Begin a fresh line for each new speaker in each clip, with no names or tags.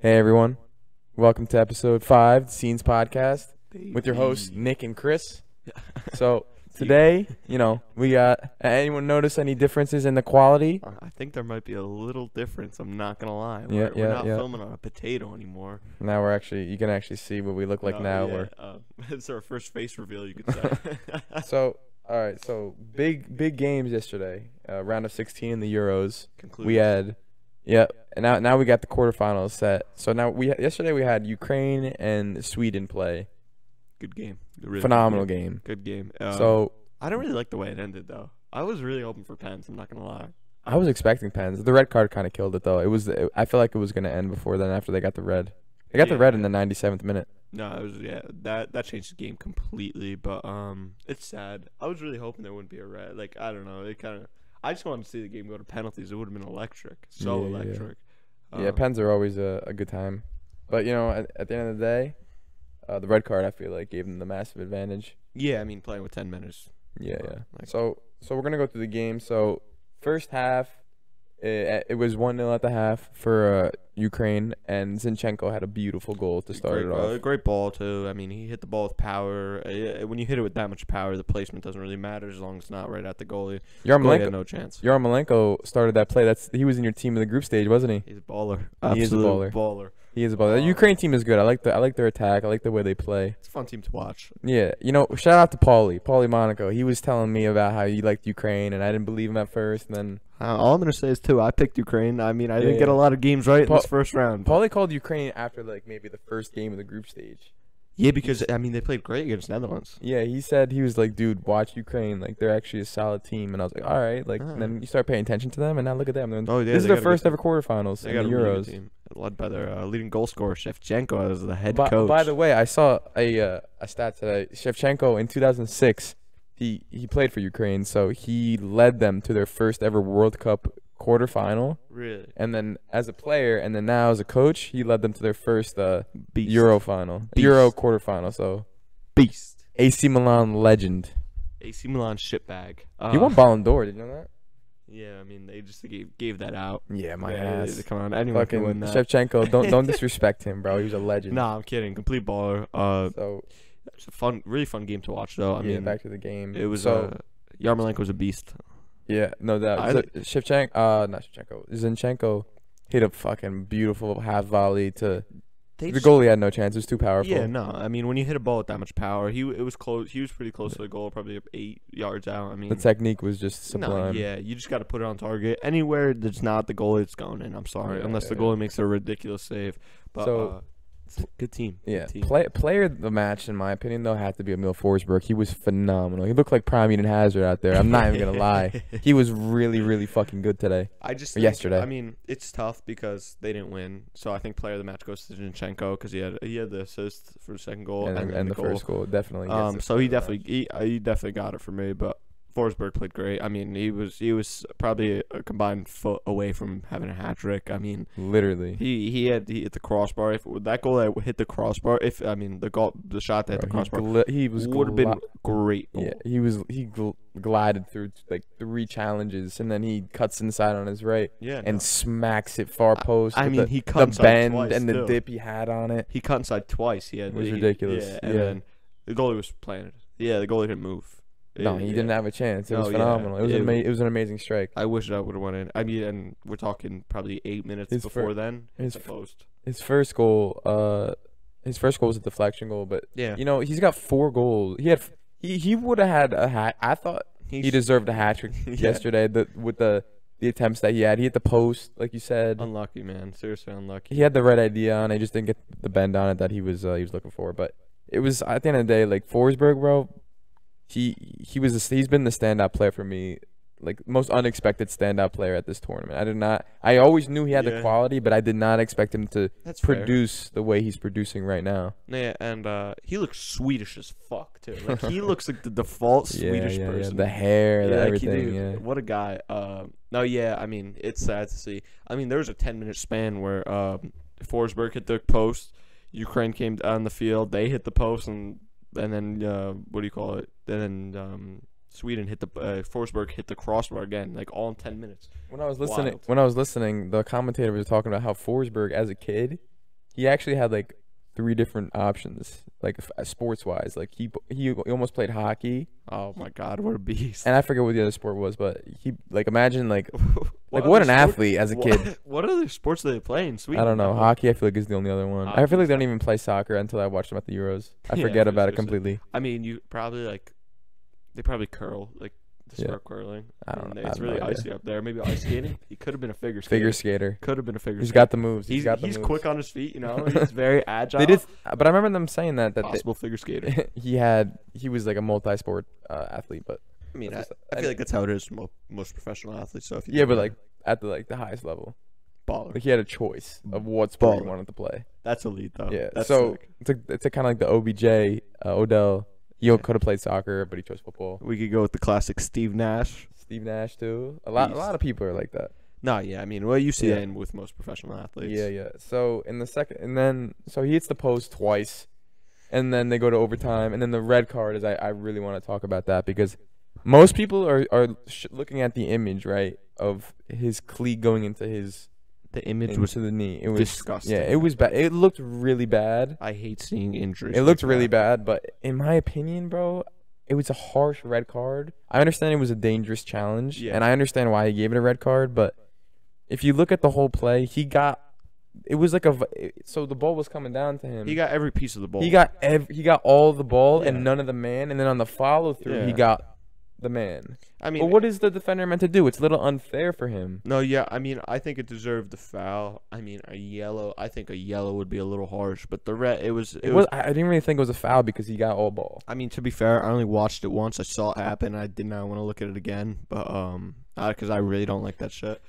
Hey everyone, welcome to episode five, the Scenes Podcast, with your hosts Nick and Chris. So today, you know, we got. Anyone notice any differences in the quality?
I think there might be a little difference. I'm not gonna lie.
Yeah,
We're, we're
yeah,
not
yeah.
filming on a potato anymore.
Now we're actually, you can actually see what we look like now.
No, yeah,
We're
uh, it's our first face reveal. You could say.
so all right. So big, big games yesterday. Uh, round of 16 in the Euros.
Conclusions.
We had, yep. And now, now we got the quarterfinals set. So now we yesterday we had Ukraine and Sweden play.
good game. Good- really good
Phenomenal game.
Good game. Um,
So
I don't really like the way it ended though. I was really hoping for pens. I'm not gonna lie.
I was expecting pens. The red card kind of killed it though. It was it, I feel like it was gonna end before then. After they got the red, they got the
Yeah.
red in the 97th minute.
No, it was yeah. That that changed the game completely. But um, it's sad. I was really hoping there wouldn't be a red. Like I don't know. It kind of. I just wanted to see the game go to penalties. It would have been electric. So
Yeah, yeah, yeah.
electric.
yeah,
Um,
pens are always a, a good time, but you know at, at the end of the day, uh, the red card I feel like gave them the massive advantage.
yeah, I mean playing with ten minutes.
Yeah,
Uh,
yeah.
like-
so so we're gonna go through the game. So first half, eh, it, it was one 0 at the half for uh, Ukraine, and Zinchenko had a beautiful goal to start
great,
it
ball-
off.
great ball too. I mean, he hit the ball with power. Uh, When you hit it with that much power, the placement doesn't really matter as long as it's not right at the goalie. Goalie had
Yarmolenko,
no chance.
Yarmolenko started that play. That's he was in your team in the group stage, wasn't he?
He's a baller.
He is a
Absolute baller.
He is about that.
Um,
Ukraine team is good. I like the I like their attack. I like the way they play.
It's a fun team to watch.
Yeah, you know, shout out to Paulie, Paulie Monaco. He was telling me about how he liked Ukraine, and I didn't believe him at first. And then
Uh, all I'm gonna say is too. I picked Ukraine. I mean, I didn't
Yeah,
get a
yeah.
lot of games right
Pa-
in this first round.
Paulie called Ukraine after like maybe the first game of the group stage.
yeah, because I mean, they played great against Netherlands.
Yeah, he said he was like, "Dude, watch Ukraine. Like they're actually a solid team." And I was like, "All right." Like and then you start paying attention to them, and now look at them. They're in-
Hmm. Oh, yeah,
this
they
is their
got a good
first
team.
ever quarterfinals
They
in
got
the
a really
Euros.
good team, led by their uh, leading goal scorer Shevchenko as the head
By,
coach.
by the way, I saw a uh, a stat today. Shevchenko in 2006, he he played for Ukraine, so he led them to their first ever World Cup quarterfinal.
really
And then as a player, and then now as a coach, he led them to their first uh,
beast,
Euro final, Euro
Beast.
quarterfinal. So
beast.
AC Milan legend.
AC Milan shitbag. Uh,
he won Ballon d'Or. Did you know that?
Yeah, I mean, they just gave gave that out.
Yeah, my
Yeah,
ass.
Come on, anyone
Fucking
can win that.
Shevchenko. Don't don't disrespect him, bro. He was a legend.
Nah, I'm kidding. Complete baller. Uh,
So
it's a fun, really fun game to watch though. I
yeah,
mean,
back to the game.
it was.
so.
uh, Yarmolenko was a beast.
Yeah, no doubt.
I-
So Shevchenko, uh, not Shevchenko, Zinchenko hit a fucking beautiful half volley to
They
the goalie had no chance. It was too powerful.
Yeah, no. I mean, when you hit a ball with that much power, he it was close. He was pretty close to the goal, probably eight yards out. I mean,
The technique was just
no,
sublime.
yeah, you just got to put it on target. Anywhere that's not the goalie, it's going in. I'm sorry,
Yeah,
unless the
yeah,
goalie makes a ridiculous save. But
So-
uh, it's a good team.
Yeah,
Team.
play, player of the match in my opinion though had to be Emil Forsberg. He was phenomenal. He looked like prime Eden Hazard out there. I'm not even gonna lie. He was really, really fucking good today.
I just
Or
think-
yesterday.
I mean, it's tough because they didn't win, so I think player of the match goes to Zinchenko because he had he had the assist for the second goal
And,
and,
and,
then
the
goal.
first goal definitely. gets
Um,
the
so
player
he
of the match.
definitely he, uh, he definitely got it for me, but Forsberg played great. I mean, he was he was probably a combined foot away from having a hat trick. I mean,
literally.
he he had he hit the crossbar. If that goal that hit the crossbar, if I mean the goal the shot that hit the
Bro, he,
crossbar
gli- he was
would have
gli-
been great. goal.
Yeah, he was he gl- glided through like three challenges, and then he cuts inside on his right
yeah.
and
no.
smacks it far
I-
post.
I
with
mean,
the,
he
the
cut inside
bend
twice,
and the
too.
dip he had on it.
He cut inside twice. He had
It was
he-
ridiculous,
Yeah, and
yeah.
then the goalie was planted. Yeah, the goalie didn't move.
No, he
Yeah.
didn't have a chance. It was
No, yeah.
phenomenal. It was
It-
ama- it was an amazing strike.
I wish that would have went in. I mean, and we're talking probably eight minutes
His
before
fir-
then.
his
the
fir-
post.
His first goal, uh, his first goal was a deflection goal, but
Yeah,
you know he's got four goals. He had f- he he would have had a hat. I thought he deserved a hat trick
Yeah.
yesterday. The with the the attempts that he had, he hit the post like you said.
Unlucky, man. Seriously unlucky.
he had the right idea and I just didn't get the bend on it that he was uh, he was looking for. But it was at the end of the day, like Forsberg, bro. He he was a, he's been the standout player for me, like most unexpected standout player at this tournament. I did not. I always knew he had the
Yeah.
quality, but I did not expect him to
That's
produce the way he's producing right now.
Yeah, and uh, he looks Swedish as fuck too. Like he looks like the default Swedish
yeah, yeah,
person.
yeah. The hair, the
Yeah, like, he-
everything.
dude,
yeah.
What a guy. Um, no, yeah. I mean, it's sad to see. I mean, there was a ten minute span where um, Forsberg hit the post. Ukraine came on the field. They hit the post, and and then uh, what do you call it? And then um, Sweden hit the uh, Forsberg hit the crossbar again, like all in ten minutes.
When I was listening,
Wild.
when I was listening, the commentator was talking about how Forsberg, as a kid, he actually had like three different options, like sports wise. Like he he almost played hockey,
Oh my God, what a beast!
and I forget what the other sport was, but he like imagine like like
other
what an
sport-
athlete as a
what-
kid.
What other sports do they play in Sweden?
I don't know.
though?
Hockey, I feel like is the only other one. I
Hockey
feel like
is
they don't even play soccer until I watch them at the Euros. I
Yeah,
forget
I was
about it
gonna say.
completely.
I mean, you probably like they probably curl like they
Yeah.
start curling.
I don't
and
know.
they-
I
Mm, It's
have no
really
idea.
icy up there. Maybe ice skating. He could have been a figure skater.
Figure skater.
Could have been a figure.
He's
skater.
got the moves.
He's,
he's got the
he's
moves.
quick on his feet. You know, he's very agile.
They did, but I remember them saying that that they-
possible figure skater.
he had he was like a multi-sport uh, athlete, but
I mean, I,
that's just-
I feel like that's how it is for mo- most professional athletes. So if you
yeah,
think
but
about it,
like at the like the highest level,
baller,
like he had a choice of what sport
Baller.
he wanted to play.
that's elite though.
yeah,
that's
so-
sick.
It's like it's kind of like the OBJ uh, Odell. He
Yeah.
could have played soccer, but he chose football.
we could go with the classic Steve Nash.
Steve Nash too. A lot a
Beast.
lot of people are like that.
No, yeah, I mean, well, you see
Yeah.
that in, with most professional athletes.
Yeah, yeah. So in the second, and then so he hits the post twice, and then they go to overtime, and then the red card is I, I really want to talk about that because most people are are sh- looking at the image right of his cleat going into his
the image
into
was.
the knee. It was
disgusting.
Yeah, it was bad. It looked really bad.
I hate seeing injuries.
It
like
looked really bad,
that.
but in my opinion, bro, it was a harsh red card. I understand it was a dangerous challenge,
Yeah.
and I understand why he gave it a red card, but if you look at the whole play, he got it was like a v- it- so the ball was coming down to him.
He got every piece of the ball.
he got ev- he got all the ball
Yeah.
and none of the man, and then on the follow through, he
Yeah.
got the man.
I mean,
But what is the defender meant to do? It's a little unfair for him.
No, yeah, I mean, I think it deserved the foul. I mean, a yellow. I think a yellow would be a little harsh, but the red. It was. It,
It was
was.
I I didn't really think it was a foul because he got all ball.
I mean, to be fair, I only watched it once. I saw it happen. I did not want to look at it again, but um, because I really don't like that shit.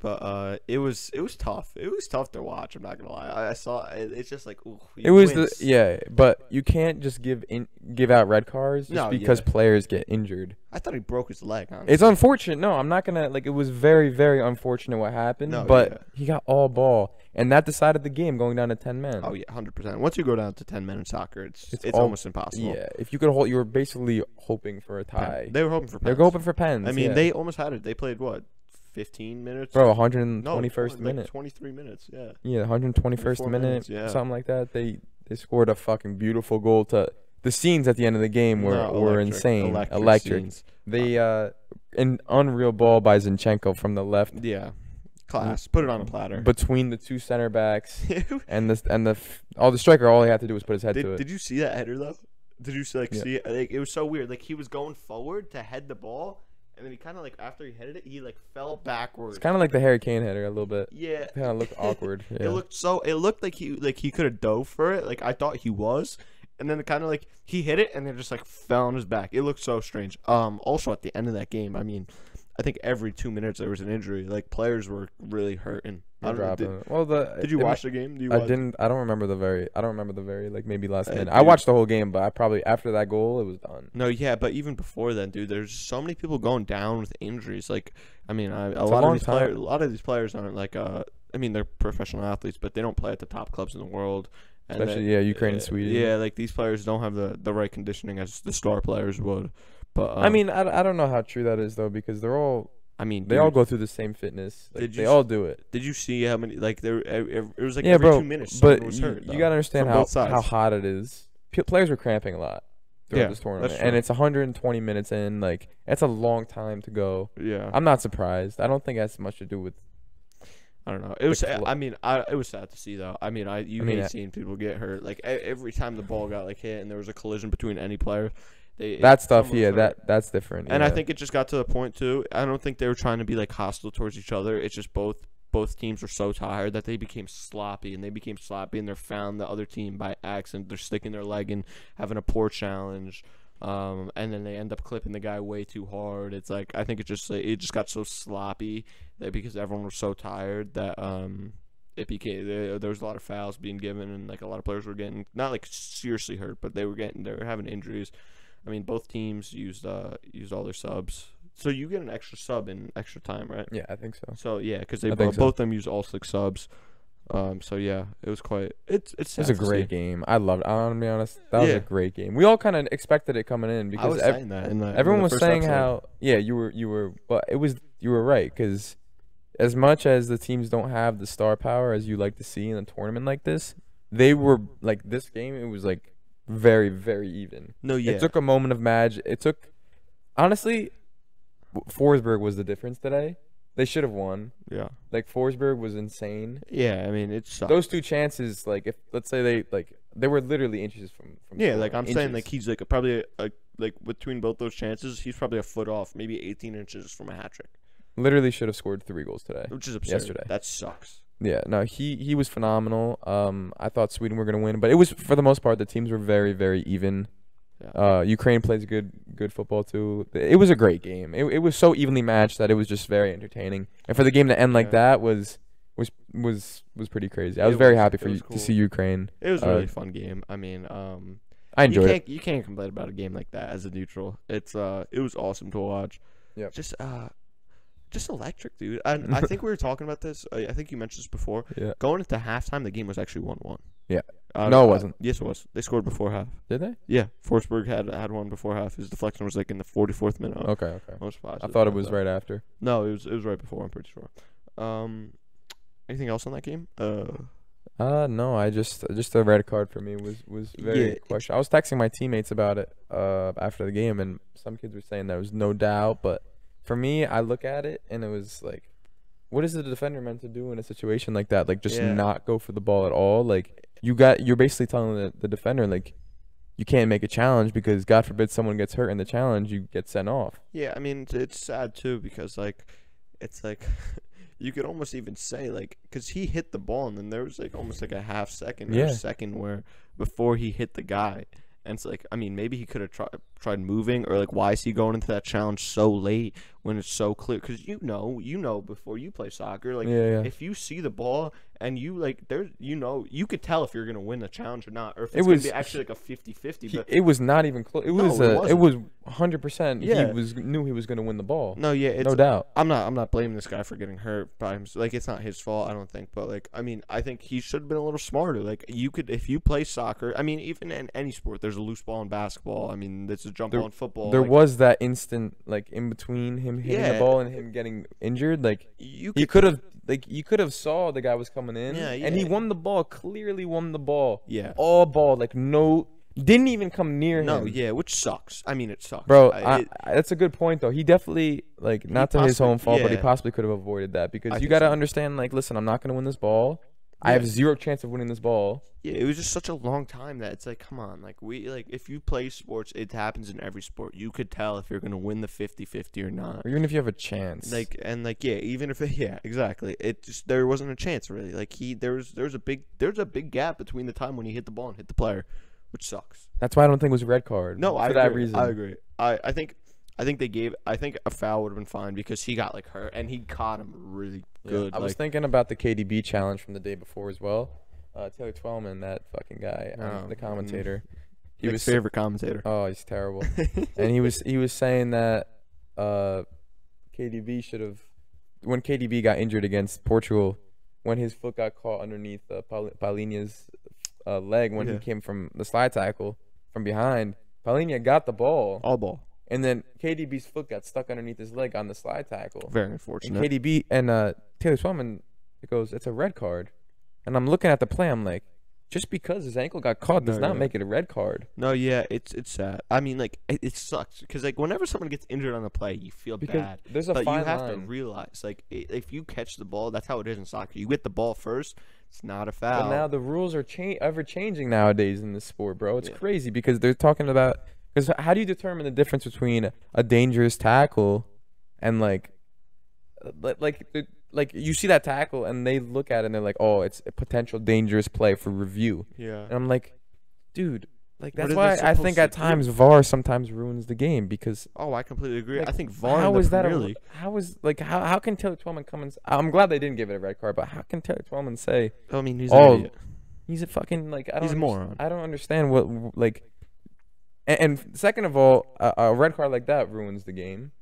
But uh, it was it was tough. It was tough to watch. I'm not gonna lie. I, I saw it, it's just like ooh,
It was the
wince.
yeah, but you can't just give in give out red cards just
No,
because
yeah.
players get injured.
I thought he broke his leg. Honestly.
It's unfortunate. No, I'm not gonna like. It was very very unfortunate what happened,
No,
but
yeah.
he got all ball, and that decided the game going down to ten men.
oh yeah, hundred percent. Once you go down to ten minute soccer, it's
It's
it's,
all-
almost impossible.
yeah. If you could hold, you were basically hoping for a tie.
They were hoping for.
They're
pens.
hoping for pens.
I mean,
yeah.
they almost had it. They played what, fifteen minutes?
bro 121st
no, like
minute.
Twenty-three minutes. Yeah.
yeah, 121st
24
minute,
minutes, yeah.
something like that. They they scored a fucking beautiful goal to. The scenes at the end of the game were,
No,
were
electric-
insane, electric.
scenes.
They uh, an unreal ball by Zinchenko from the left
Yeah. Class. Put it on a platter.
between the two center backs
did,
and this and the f- all the striker. All he had to do was put his head to it.
did you see that header though? Did you see, like
Yeah.
see it? Like, it was so weird. Like he was going forward to head the ball, and then he kind of like after he headed it, he like fell backwards.
It's kind of like the Harry Kane header a little bit.
yeah.
Kind of looked awkward. Yeah.
It looked so. It looked like he like he could have dove for it. Like I thought he was, and then kind of like he hit it and then just like fell on his back. It looked so strange. Um. Also at the end of that game, I mean, I think every two minutes there was an injury. Like players were really hurting. I
I
don't know, did,
did, well, the
did you
it might-
watch the game? Do you
I
watch?
didn't. I don't remember the very. I don't remember the very like maybe last
Uh,
minute. I
dude.
watched the whole game, but I probably after that goal it was done.
No, yeah, but even before then, dude, there's so many people going down with injuries. Like, I mean, I, a lot
long
of these
time.
players, a lot of these players aren't like, uh, I mean, they're professional athletes, but they don't play at the top clubs in the world. And
Especially
they-
yeah, Ukraine and
uh,
Sweden.
Yeah, like these players don't have the, the right conditioning as the star players would. But um,
I mean, I, I don't know how true that is though because they're all
I mean,
they all go through the same fitness. Like,
Did you
they
s-
all do it.
Did you see how many? Like there, ev- ev- it was like
yeah,
every
bro.
two minutes,
but
someone was
you,
hurt,
you
though.
gotta understand
from
how
both sides.
how hot it is. P- players were cramping a lot throughout
Yeah,
this tournament,
that's
and
true.
it's 120 minutes in. Like that's a long time to go.
yeah,
I'm not surprised. I don't think that's much to do with.
I don't know. It was.
cl-
I mean, I it was sad to see though. I mean, I you
I mean, I-
hate seeing people get hurt. Like e- every time the ball got like hit and there was a collision between any player, they it-
that stuff.
someone was
Yeah,
hurt.
that that's different.
And I
yeah.
think it just got to the point too. I don't think they were trying to be like hostile towards each other. It's just both both teams were so tired that they became sloppy and they became sloppy and they found the other team by accident. They're sticking their leg in, having a poor challenge. Um, and then they end up clipping the guy way too hard. It's like I think it just it just got so sloppy that because everyone was so tired that um it became there, there was a lot of fouls being given and like a lot of players were getting not like seriously hurt but they were getting they were having injuries i mean both teams used uh used all their subs so you get an extra sub in extra time right
Yeah, I think so.
so yeah because they
I
bo-
think
both
so.
of them used all six subs um so yeah it was quite it's it's
It was
sad
a
to see.
great game. I loved. I'm gonna be honest. That was
Yeah.
a great game. We all kind of expected it coming in
I
because
was
ev-
saying that in the, in
everyone
the
was
first
saying
episode.
how yeah you were you were but it was you were right because as much as the teams don't have the star power as you like to see in a tournament like this, they were like this game. It was like very, very even.
No, yeah.
It took a moment of magic. It took, honestly, w- Forsberg was the difference today. They should have won.
yeah.
Like Forsberg was insane.
Yeah, I mean, it sucked.
Those two chances, like if let's say they like they were literally inches from. from
yeah,
scoring,
like I'm saying,
inches.
like he's like probably like like between both those chances, he's probably a foot off, maybe 18 inches from a hat trick,
literally should have scored three goals today.
which is absurd.
Yesterday.
That sucks.
Yeah, no, he he was phenomenal. Um, I thought Sweden were gonna win, but it was for the most part the teams were very very even.
Yeah.
Uh, Ukraine plays good good football too. It was a great game. It it was so evenly matched that it was just very entertaining. And for the game to end like
Yeah.
that was was was was pretty crazy. I
It
was very
was-
happy
it
for
was
you
cool.
to see Ukraine.
It was a
Uh,
really fun game. I mean, um,
I enjoyed
you
it.
can't, You can't complain about a game like that as a neutral. It's uh, it was awesome to watch.
Yep.
Just uh, just electric, dude. And I think we were talking about this. I, I think you mentioned this before.
Yeah.
Going into halftime, the game was actually one-one.
Yeah.
Uh,
No, it
uh,
wasn't.
yes, it was. They scored before half.
Did they?
Yeah, Forsberg had had one before half. His deflection was like in the forty-fourth minute. I'm
Okay, okay.
Most
I
positive
thought it
about
was
that.
right after.
No, it was it was right before. I'm pretty sure. Um, anything else on that game? Uh,
Uh no, I just just a red card for me was was very
Yeah, it-
question. I was texting my teammates about it uh after the game, and some kids were saying there was no doubt, but for me, I look at it and it was like, what is the defender meant to do in a situation like that? Like just
Yeah.
not go for the ball at all. Like you got you're basically telling the, the defender like you can't make a challenge because God forbid someone gets hurt in the challenge, you get sent off.
Yeah, I mean it's- it's sad too because like, it's like, you could almost even say like, cause he hit the ball and then there was like almost like a half second or
Yeah.
a second where before he hit the guy, and it's like I mean maybe he could have tried tried moving or like why is he going into that challenge so late when it's so clear? Cause you know you know before you play soccer like
yeah, yeah.
if you see the ball and you like there's you know you could tell if you're gonna win the challenge or not or if
It
it's gonna
was-
be actually like a 50-50
He-
but
it was not even close. It
No,
was
it
uh it
wasn't.
was 100. percent
Yeah.
He was knew he was going to win the ball.
no yeah it's
no doubt.
I'm not. I'm not blaming this guy for getting hurt by him. Like it's not his fault. I don't think. But like, I mean, I think he should have been a little smarter. Like you could, if you play soccer. I mean, even in any sport, there's a loose ball in basketball. I mean, there's a jump
There-
ball in football.
there
like,
was that instant like in between him hitting
Yeah.
the ball and him getting injured like
you
he
could.
could have like you could have saw the guy was coming in
Yeah,
and he
yeah.
won the ball clearly won the ball
Yeah.
all ball like no didn't even come near
No.
him
Yeah. Which sucks. I mean, it sucks.
bro
I-
I,
it-
I- that's a good point though he definitely like not to his
possibly-
own fault but he
yeah.
possibly could have avoided that because
I
you
think
got to
so.
understand like listen I'm not going to win this ball I
Yeah.
have zero chance of winning this ball
yeah. It was just such a long time that it's like, come on. Like we like if you play sports, it happens in every sport. You could tell if you're gonna win the 50-50 or not.
or even if you have a chance
Like and like yeah, even if yeah, exactly. It just there wasn't a chance really. Like he there was there was a big there's a big gap between the time when he hit the ball and hit the player, which sucks.
that's why I don't think it was a red card
No,
for
I
that
agree.
reason
I agree. I I think I think they gave I think a foul would have been fine because he got like hurt and he caught him really
Yeah,
good.
I was
like,
thinking about the KDB challenge from the day before as well. Uh, Taylor Twellman, that fucking guy, um,
Oh,
the
mm.
commentator. He
Nick's
was
favorite commentator.
oh, he's terrible. and he was he was saying that uh, KDB should have when KDB got injured against Portugal, when his foot got caught underneath uh, Paul- Paulinho's uh, leg when he
Yeah.
came from the slide tackle from behind. Paulinho got the ball,
All ball.
and then KDB's foot got stuck underneath his leg on the slide tackle.
Very
And
unfortunate.
KDB and uh, Taylor Twellman, it goes, it's a red card. And I'm looking at the play, I'm like, just because his ankle got caught does
No,
not
yeah.
make it a red card.
No, yeah, it's it's sad. I mean, like it, it sucks because like whenever someone gets injured on the play, you feel
Because
bad.
there's a
but
fine
you have to
line.
realize, like, i- if you catch the ball, that's how it is in soccer. You get the ball first; it's not a foul.
But now the rules are cha- ever changing nowadays in this sport, bro. It's
Yeah.
crazy because they're talking about because how do you determine the difference between a dangerous tackle and like, like like the- like you see that tackle and they look at it and they're like, oh, it's a potential dangerous play for review.
yeah,
And I'm like, dude, like
What
that's
are
why
they
I think
supposed
at
to do?
times VAR sometimes ruins the game because
Oh, I completely agree. I
Like,
think VAR
how
in the
is that
Premier
a,
League-
how is like how how can Taylor Twellman come and s- I'm glad they didn't give it a red card, but how can Taylor Twellman say
I mean, he's
Oh,
an idiot.
he's a fucking like I don't
He's a
underst-
moron.
I don't understand what like and, and second of all, a, a red card like that ruins the game.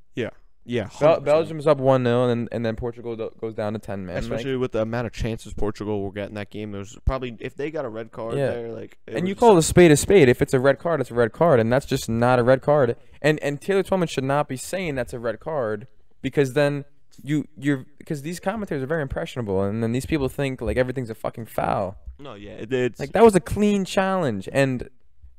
Yeah,
Bel-
100%.
Belgium's up one 0 and and then Portugal do- goes down to ten men. like-
especially with the amount of chances Portugal will get in that game. There's probably if they got a red card
Yeah.
there, like, it
and
was
you
just-
call a spade a spade. If it's a red card, it's a red card, and that's just not a red card. And and Taylor Twellman should not be saying that's a red card because then you you're because these commentators are very impressionable, and then these people think like everything's a fucking foul.
No, yeah, it, it's
Like that was a clean challenge, and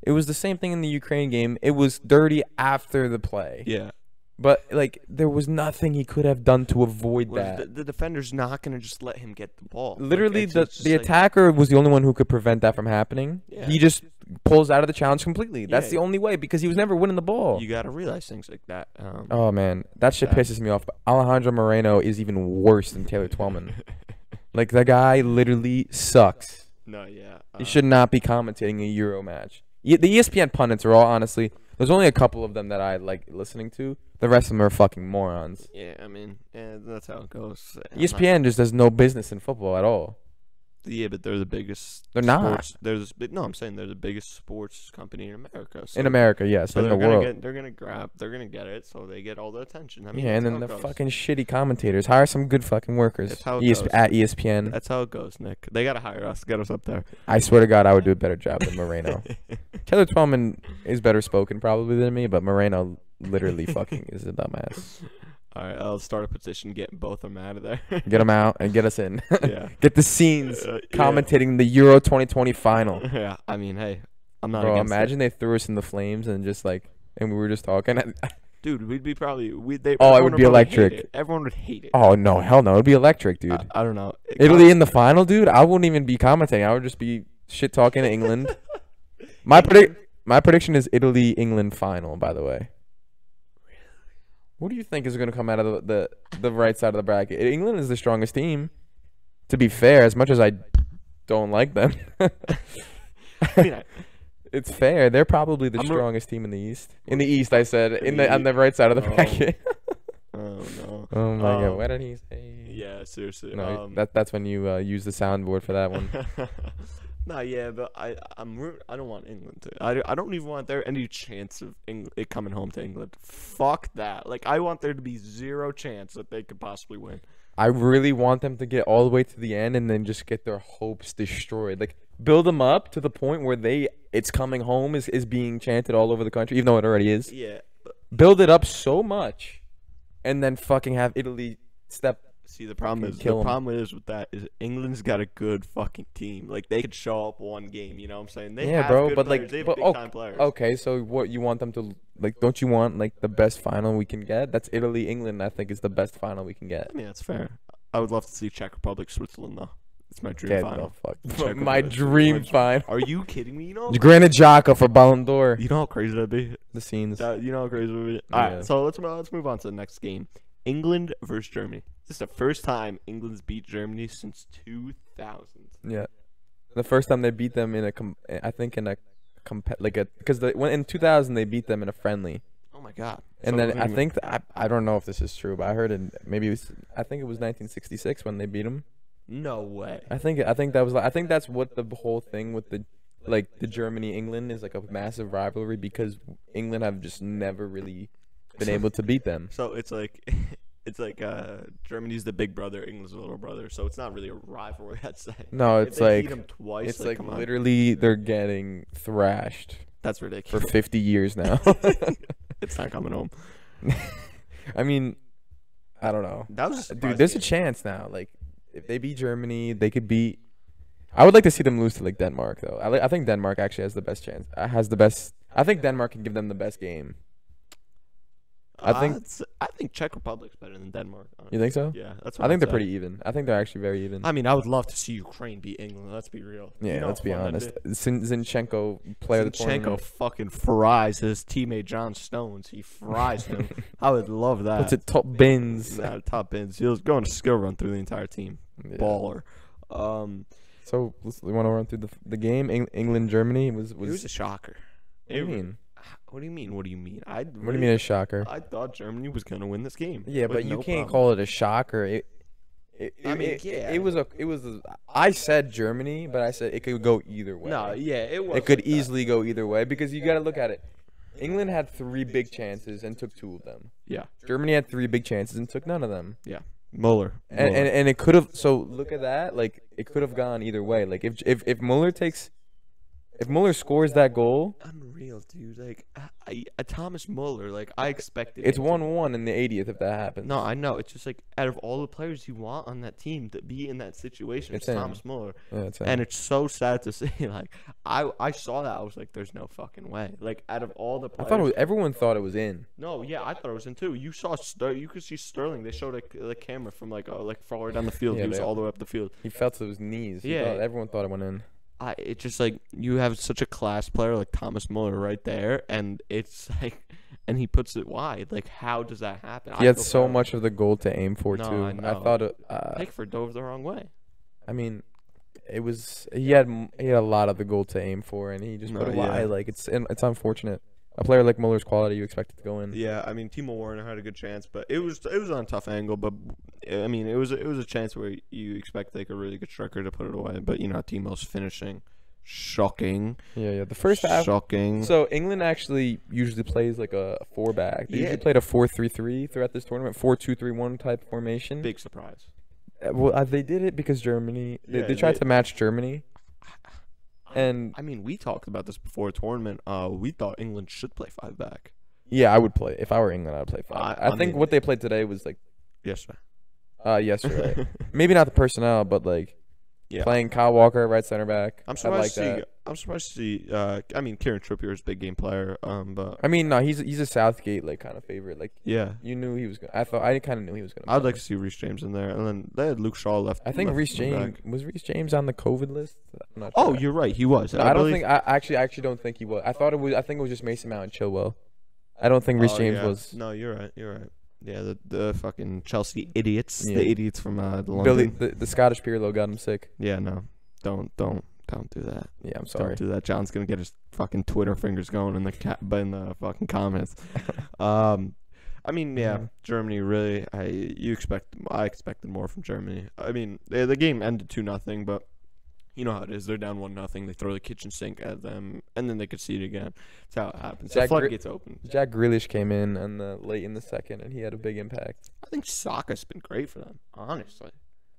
it was the same thing in the Ukraine game. It was dirty after the play,
yeah.
but like there was nothing he could have done to avoid
Whereas
that.
The, the defender's not gonna just let him get the ball. Like,
Literally,
it's-
the
it's just
the
like-
attacker was the only one who could prevent that from happening.
Yeah.
He just pulls out of the challenge completely. That's the
Yeah.
only way because he was never winning the ball.
You gotta realize things like that. Um,
Oh man, that shit
Yeah.
pisses me off. But Alejandro Moreno is even worse than Taylor Twellman. like the guy literally sucks.
no, yeah.
He
uh,
should not be commentating a Euro match. E- the ESPN pundits are all honestly. There's only a couple of them that I like listening to. The rest of them are fucking morons. E
Yeah, I mean, yeah, that's how it goes. I'm not-
ESPN just does no business in football at all.
yeah, but they're the biggest.
They're not.
Sports, they're the, big- no, I'm saying they're the biggest sports company in America. So,
in America, yes,
so
in
they're
the
gonna
world.
get, they're gonna grab, they're gonna get it, so they get all the attention. I mean,
yeah, and
that's
then
how
the
it goes.
fucking shitty commentators hire some good fucking workers.
That's how it
ES-
goes.
at E ESPN,
That's how it goes, Nick. They gotta hire us, get us up there.
I swear to God, I would do a better job than Moreno. Taylor Twellman is better spoken probably than me, but Moreno literally fucking is a dumbass.
All right, I'll start a petition, getting both of them out of there.
Get him out and get us in.
yeah.
get the scenes
Uh, yeah.
commentating the Euro 2020 final.
Yeah, I mean, hey, I'm not
Bro,
against it.
imagine they threw us in the flames and just like, and we were just talking.
dude. We'd be probably we. They,
Oh, it
everyone
would be
probably hate
electric.
it. Everyone would hate it.
Oh no, hell no, it'd be electric, dude.
I, I don't know. It
Italy in the final, dude. I wouldn't even be commentating. I would just be shit talking to England. my predict my prediction is Italy England final. By the way, what do you think is going to come out of the, the the right side of the bracket? England is the strongest team. To be fair, as much as I don't like them,
I mean, I-
it's fair. They're probably the
I'm a-
strongest team in the East. In the East, I said. In the on
Ye-
the right side of the
Oh.
bracket.
oh no.
oh my god,
Um,
what did he say?
Yeah, seriously.
No,
um,
that that's when you uh, use the soundboard for that one.
no, yeah, but I, I'm, root- I don't want England to. I, I don't even want there any chance of England it coming home to England. Fuck that. Like, I want there to be zero chance that they could possibly win.
I really want them to get all the way to the end and then just get their hopes destroyed. Like build them up to the point where they it's coming home is, is being chanted all over the country, even though it already is.
Yeah. but-
Build it up so much and then fucking have Italy step
See, the problem
Fucking
is
kill
the
'em.
problem is with that is England's got a good fucking team. Like they could show up one game. You know what I'm saying? They
Yeah,
have
bro,
good
but, like,
players. they have
but oh,
big
ok-
time players.
Okay, so what you want them to like don't you want like the best final we can get? That's Italy England, I think is the best final we can get.
I mean, that's fair. I would love to see Czech Republic, Switzerland though. It's my dream
Get
final.
the fuck.
Check
My
over this.
dream
Which-
final.
Are you kidding me? You know,
Granit Xhaka for Ballon d'Or.
you know how crazy that'd be.
The scenes.
That, you know how crazy that'd be. All right,
Yeah.
so let's mo- let's move on to the next game. England versus Germany. This is the first time England's beat Germany since 2000.
Yeah, the first time they beat them in a, com- I think in a, comp- like a, because when in 2000 they beat them in a friendly,
Oh my god.
and
So it
then
wasn't
I
even-
think th- I, I don't know if this is true, but I heard in maybe it was I think it was 1966 when they beat them.
no way.
I think I think that was like, I think that's what the whole thing with the, like the Germany England is like a massive rivalry because England have just never really been able to beat them.
So it's like it's like uh Germany's the big brother, England's the little brother. So it's not really a rivalry, I'd say.
No,
If
it's
they beat
like
'em twice.
it's like
come on.
literally they're getting thrashed
that's
for
ridiculous.
50 years now.
it's not coming home.
I mean, I don't know.
That was a
Dude, there's a chance now. Like, if they beat Germany, they could beat. I would like to see them lose to like Denmark though. I li- I think Denmark actually has the best chance. uh, Has the best. I think Denmark can give them the best game. I think-
Uh, I think Czech Republic's better than Denmark.
You
Honestly.
think so?
Yeah, that's. What
I think
I'd
they're
say.
pretty even. I think they're actually very even.
I mean, I would love to see Ukraine beat England. Let's be real. You
yeah,
know
let's
how
be
fun that'd
honest. Zin- Zinchenko player of the
Zinchenko
tournament.
fucking fries his teammate John Stones. He fries him. I would love that.
Puts it top bins.
Nah, top ends. He was going to skill run through the entire team.
Yeah.
Baller. Um,
So let's, we want to run through the the game. Eng- England Germany was was.
it was a shocker.
what do you
It-
mean?
What do you mean? What do you mean? I
What do you mean a shocker?
I thought Germany was gonna win this game.
Yeah,
with
but you
no
can't
problem.
call it a shocker. It, it,
I
it-
mean,
it,
yeah.
it was a, it was. A, I said Germany, but I said it could go either way.
No, yeah, it was.
it could
like that.
easily go either way because you got to look at it. England had three big chances and took two of them.
Yeah,
Germany had three big chances and took none of them.
yeah. Muller.
And and, and it could have. So look at that. Like it could have gone either way. Like if if if Muller takes, if Muller scores that goal,
unreal. field, dude. Like, I, I, a Thomas Muller, like I expected.
It's
him to-
one one in the 80th if that happens.
No, I know. It's just like out of all the players you want on that team to be in that situation, it's
It's him.
Thomas Muller,
yeah, that's
and it's so sad to see. Like, I I saw that. I was like, "There's no fucking way." Like, out of all the
I
players,
thought it was, everyone thought it was in.
No, yeah, I thought it was in too. You saw Ster- you could see Sterling. They showed a, the camera from like oh, like far down the field.
Yeah,
he was
they-
all the way up the field.
He fell to his knees. He
Yeah.
thought- everyone thought it went in.
I it's just like you have such a class player like Thomas Muller right there, and it's like, and he puts it wide. Like, how does that happen?
He
I
had
feel
so
bad.
much of the goal to aim for
No,
too.
I
I,
know.
thought. It, uh,
Pickford dove the wrong way.
I mean, it was he had m- he had a lot of the goal to aim for, and he just
No,
put it
yeah.
wide. Like it's and it's unfortunate. A player like Muller's quality, you expect it to go in.
Yeah, I mean Timo Werner had a good chance, but it was it was on a tough angle. But I mean it was it was a chance where you expect like a really good striker to put it away, but you know Timo's finishing, shocking,
yeah. yeah. The first half.
shocking.
So England actually usually plays like a four back. They
Yeah.
usually played a four three three throughout this tournament, four two three one type formation.
Big surprise.
Uh, Well, uh, they did it because Germany. They,
Yeah,
they tried
they-
to match Germany, and
I mean, we talked about this before the tournament. Uh, we thought England should play five back
yeah, I would play if I were England. I'd play five.
I-
I,
I
think
mean-
what they played today was like
yesterday.
uh yesterday. Maybe not the personnel, but like
Yeah.
playing Kyle Walker right center back.
I'm
I like
surprised to
that.
see. I'm surprised to see. Uh, I mean, Kieran Trippier is a big game player. Um, but
I mean, no, he's he's a Southgate like kind of favorite. Like
yeah,
you knew he was. gonna I thought I kind of knew he was gonna.
I'd
play.
like to see Reece James in there, and then they had Luke Shaw left.
I think
left
Reese
wing
James
back.
was Reese James on the COVID list. I'm not
Oh,
sure.
you're right. He was.
No, I, don't
believe-
think. I actually, I actually don't think he was. I thought it was. I think it was just Mason Mount and Chilwell. I don't think Reese
Oh,
James
yeah.
was.
No, you're right. You're right. Yeah, the, the fucking Chelsea idiots,
Yeah.
the idiots from uh, London.
Billy, the, the Scottish Pirlo got him sick.
Yeah, no, don't, don't, don't do that.
Yeah, I'm sorry.
Don't do that. John's gonna get his fucking Twitter fingers going in the ca- in the fucking comments. um, I mean, yeah,
Yeah.
Germany really. I you expect I expected more from Germany. I mean, the, the game ended two nothing, but you know how it is. They're down one nothing. They throw the kitchen sink at them, and then they concede again. That's how it happens. The
Jack Gri-
floodgates open.
Jack Grealish came in and the late in the second, and he had a big impact.
I think Saka's been great for them, honestly.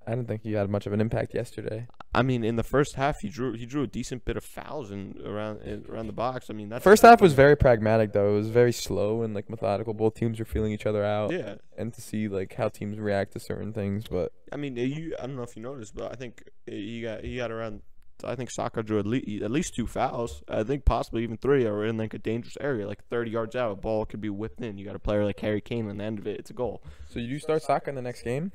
I don't think he had much of an impact yesterday.
I mean, in the first half, he drew he drew a decent bit of fouls in around in, around the box. I mean, that's
First half was very pragmatic though. It was very slow and like methodical. Both teams were feeling each other out,
yeah.
and to see like how teams react to certain things. But
I mean, uh, you. I don't know if you noticed, but I think uh, he got he got around. I think Saka drew at least, at least two fouls. I think possibly even three are in like a dangerous area, like 30 yards out. A ball could be whipped in. You got a player like Harry Kane on the end of it. It's a goal.
so you do start soccer in the next game.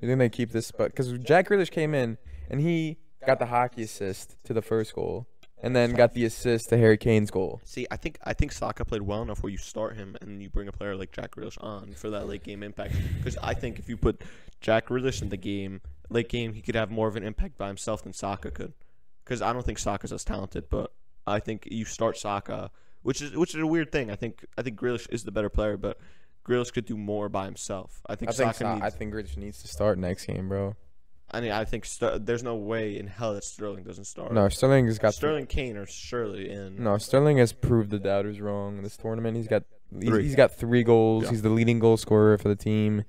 You think they keep this? But because Jack Grealish came in and he got the hockey assist to the first goal, and then got the assist to Harry Kane's goal.
See, I think I think Saka played well enough where you start him and you bring a player like Jack Grealish on for that late game impact. Because I think if you put Jack Grealish in the game late game, he could have more of an impact by himself than Saka could. Because I don't think Saka's as talented, but I think you start Saka, which is which is a weird thing. I think I think Grealish is the better player, but Grealish could do more by himself. I think
I think
Saka
so-
needs.
I think Grealish needs to start next game, bro.
I mean, I think Ster- there's no way in hell that Sterling doesn't start.
No, Sterling has got
Sterling, Kane, are surely in.
No, Sterling has proved the doubters wrong in this tournament. He's got he's,
Three.
he's got three goals.
Yeah.
He's the leading goal scorer for the team.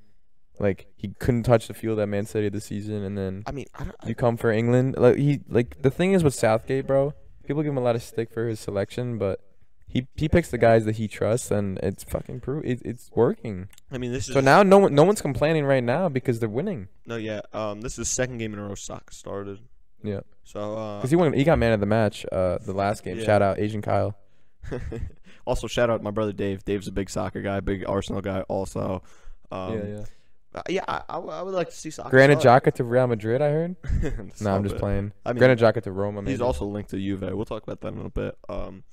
Like he couldn't touch the field at Man City this season, and then
I mean, I don't.
you come for England. Like he like the thing is with Southgate, bro. People give him a lot of stick for his selection, but he he picks the guys that he trusts, and it's fucking proof. It, it's working.
I mean, this is
So now no one no one's complaining right now because they're winning.
No, yeah. Um, this is the second game in a row Saka started.
Yeah,
So uh,
because he won. He got man of the match. Uh, the last game.
Yeah.
Shout out Asian Kyle.
also shout out my brother Dave. Dave's a big soccer guy, big Arsenal guy. Also, um,
yeah, yeah.
uh, yeah. I, I, would- I would like to see Saka.
Granted,
start.
Jaka to Real Madrid. I heard. No, I'm
Stop
just
it.
playing.
I mean,
Granted, Jaka to Roma.
he's
maybe.
also linked to Juve. We'll talk about that in a little bit. Um,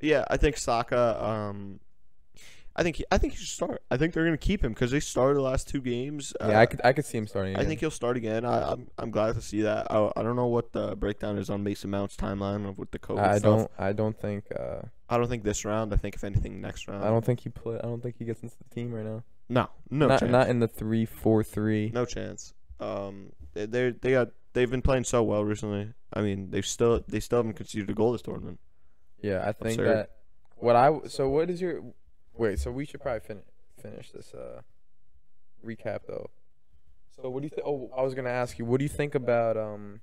but yeah, I think Saka. Um, I think he, I think he should start. I think they're gonna keep him because they started the last two games. Uh,
Yeah, I could I could see him starting.
I
again.
think he'll start again. I, I'm I'm glad to see that. I, I don't know what the breakdown is on Mason Mount's timeline of with the COVID
I
stuff.
don't I don't think uh,
I don't think this round. I think if anything, next round.
I don't think he play I don't think he gets into the team right now.
No, Um, no
not
chance.
not in the three four three.
no chance. Um, they they they got they've been playing so well recently. I mean, they still they still haven't conceded a goal this tournament.
Yeah, I think
Absurd.
that what I w- so what is your wait? So we should probably finish finish this uh recap though. So what do you think? Oh, I was gonna ask you, what do you think about um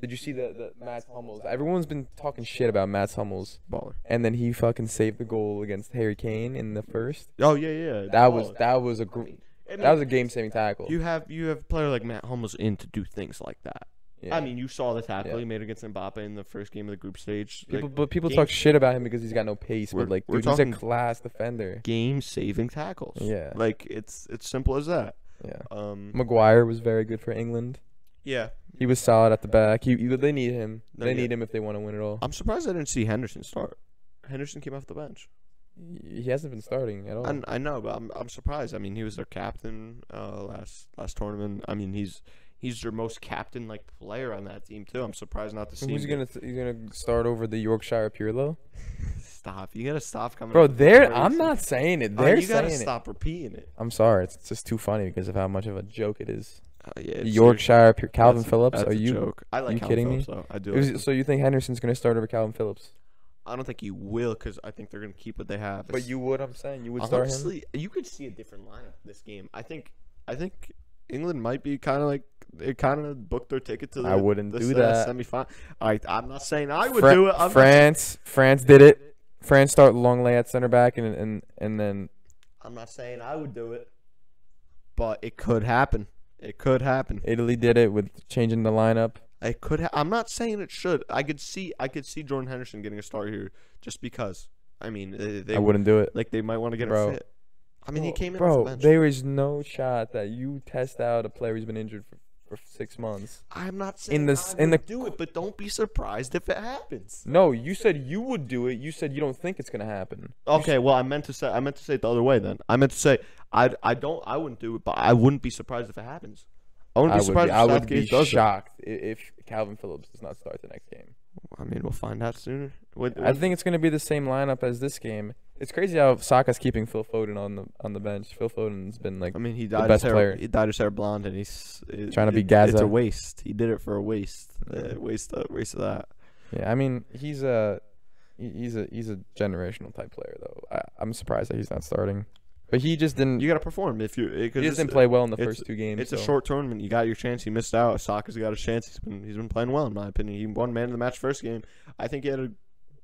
Did you see the, the Matt Hummels? Everyone's been talking shit about Matt Hummels,
Baller.
and then he fucking saved the goal against Harry Kane in the first.
Oh yeah, yeah.
That was
baller.
that was a gr- that was a game saving tackle.
You have you have a player like Matt Hummels in to do things like that.
Yeah.
I mean, you saw the tackle
Yeah.
he made against Mbappe in the first game of the group stage. Like,
people but people
game-
talk shit about him because he's got no pace.
We're-
But like,
we're
dude, he's a
talking-
class defender.
game saving tackles.
Yeah.
Like it's it's simple as that.
Yeah.
Um.
Maguire was very good for England.
Yeah.
He was solid at the back. He, he- they need him.
No,
they
yeah.
need him if they want to win it all.
I'm surprised I didn't see Henderson start. Henderson came off the bench.
He he hasn't been starting at all.
I, I know, but I'm I'm surprised. I mean, he was their captain uh, last last tournament. I mean, he's he's their most captain like player on that team too. I'm surprised not to see.
Who's
him
gonna th- he's gonna start over the Yorkshire Pirlo?
stop? You gotta stop coming.
Bro,
up with
they're
crazy-
I'm not saying it.
Uh,
They're
you gotta
saying it.
stop repeating it.
I'm sorry. It's it's just too funny because of how much of a joke it is.
Uh, yeah, it's
The
serious.
Yorkshire Pir- Calvin
That's a-
Phillips.
that's
Are
a
you?
joke. I like
you
Calvin
kidding me?
Phillips, though. I do.
it
like
was-
him.
so you think Henderson's gonna start over Calvin Phillips?
I don't think he will because I think they're gonna keep what they have.
But
It's-
you would. I'm saying you would start him.
honestly, you could see a different lineup this game. I think. I think England might be kind of like they kind of booked their ticket to the.
I wouldn't
this,
do
uh,
that.
semifinal. I I'm not saying I would
Fra-
do it. I'm not,
France France did it. France start Longley at center back and and and then
I'm not saying I would do it, but it could happen. It could happen.
Italy did it with changing the lineup.
It could. Ha- I'm not saying it should. I could see. I could see Jordan Henderson getting a start here just because. I mean, they, they
I wouldn't do it.
like they might want to get
Bro.
a fit. I mean, he came in off
Bro,
the bench.
there is no shot that you test out a player who's been injured for, for six months.
I'm not saying
the
I
s- in the-
would do it, but don't be surprised if it happens.
No, you said you would do it. You said you don't think it's gonna happen.
Okay, well, I meant to say I meant to say it the other way. Then I meant to say I I don't I wouldn't do it, but I wouldn't be surprised if it happens. I wouldn't
I
be
would
surprised
be, I
if
would
Southgate
be
does it.
shocked i- if Calvin Phillips does not start the next game.
I mean, we'll find out sooner. What-
I think it's gonna be the same lineup as this game. It's crazy how Saka's keeping Phil Foden on the on the bench. Phil Foden's been like
I mean, he died.
best
his hair,
player.
He dyed his hair blonde, and he's it-
Trying to be
it- It's
Gaza.
a waste. He did it for a waste. Uh, waste of waste of that.
Yeah, I mean he's a he- he's a he's a generational type player though. I, I'm surprised that he's not starting, but he just didn't.
You got to perform if you. Because
he just didn't play well in the
it's-
first two games.
It's a
so-
short tournament. You got your chance. You missed out. Saka's got his chance. He's been he's been playing well in my opinion. He won man of the match first game. I think he had a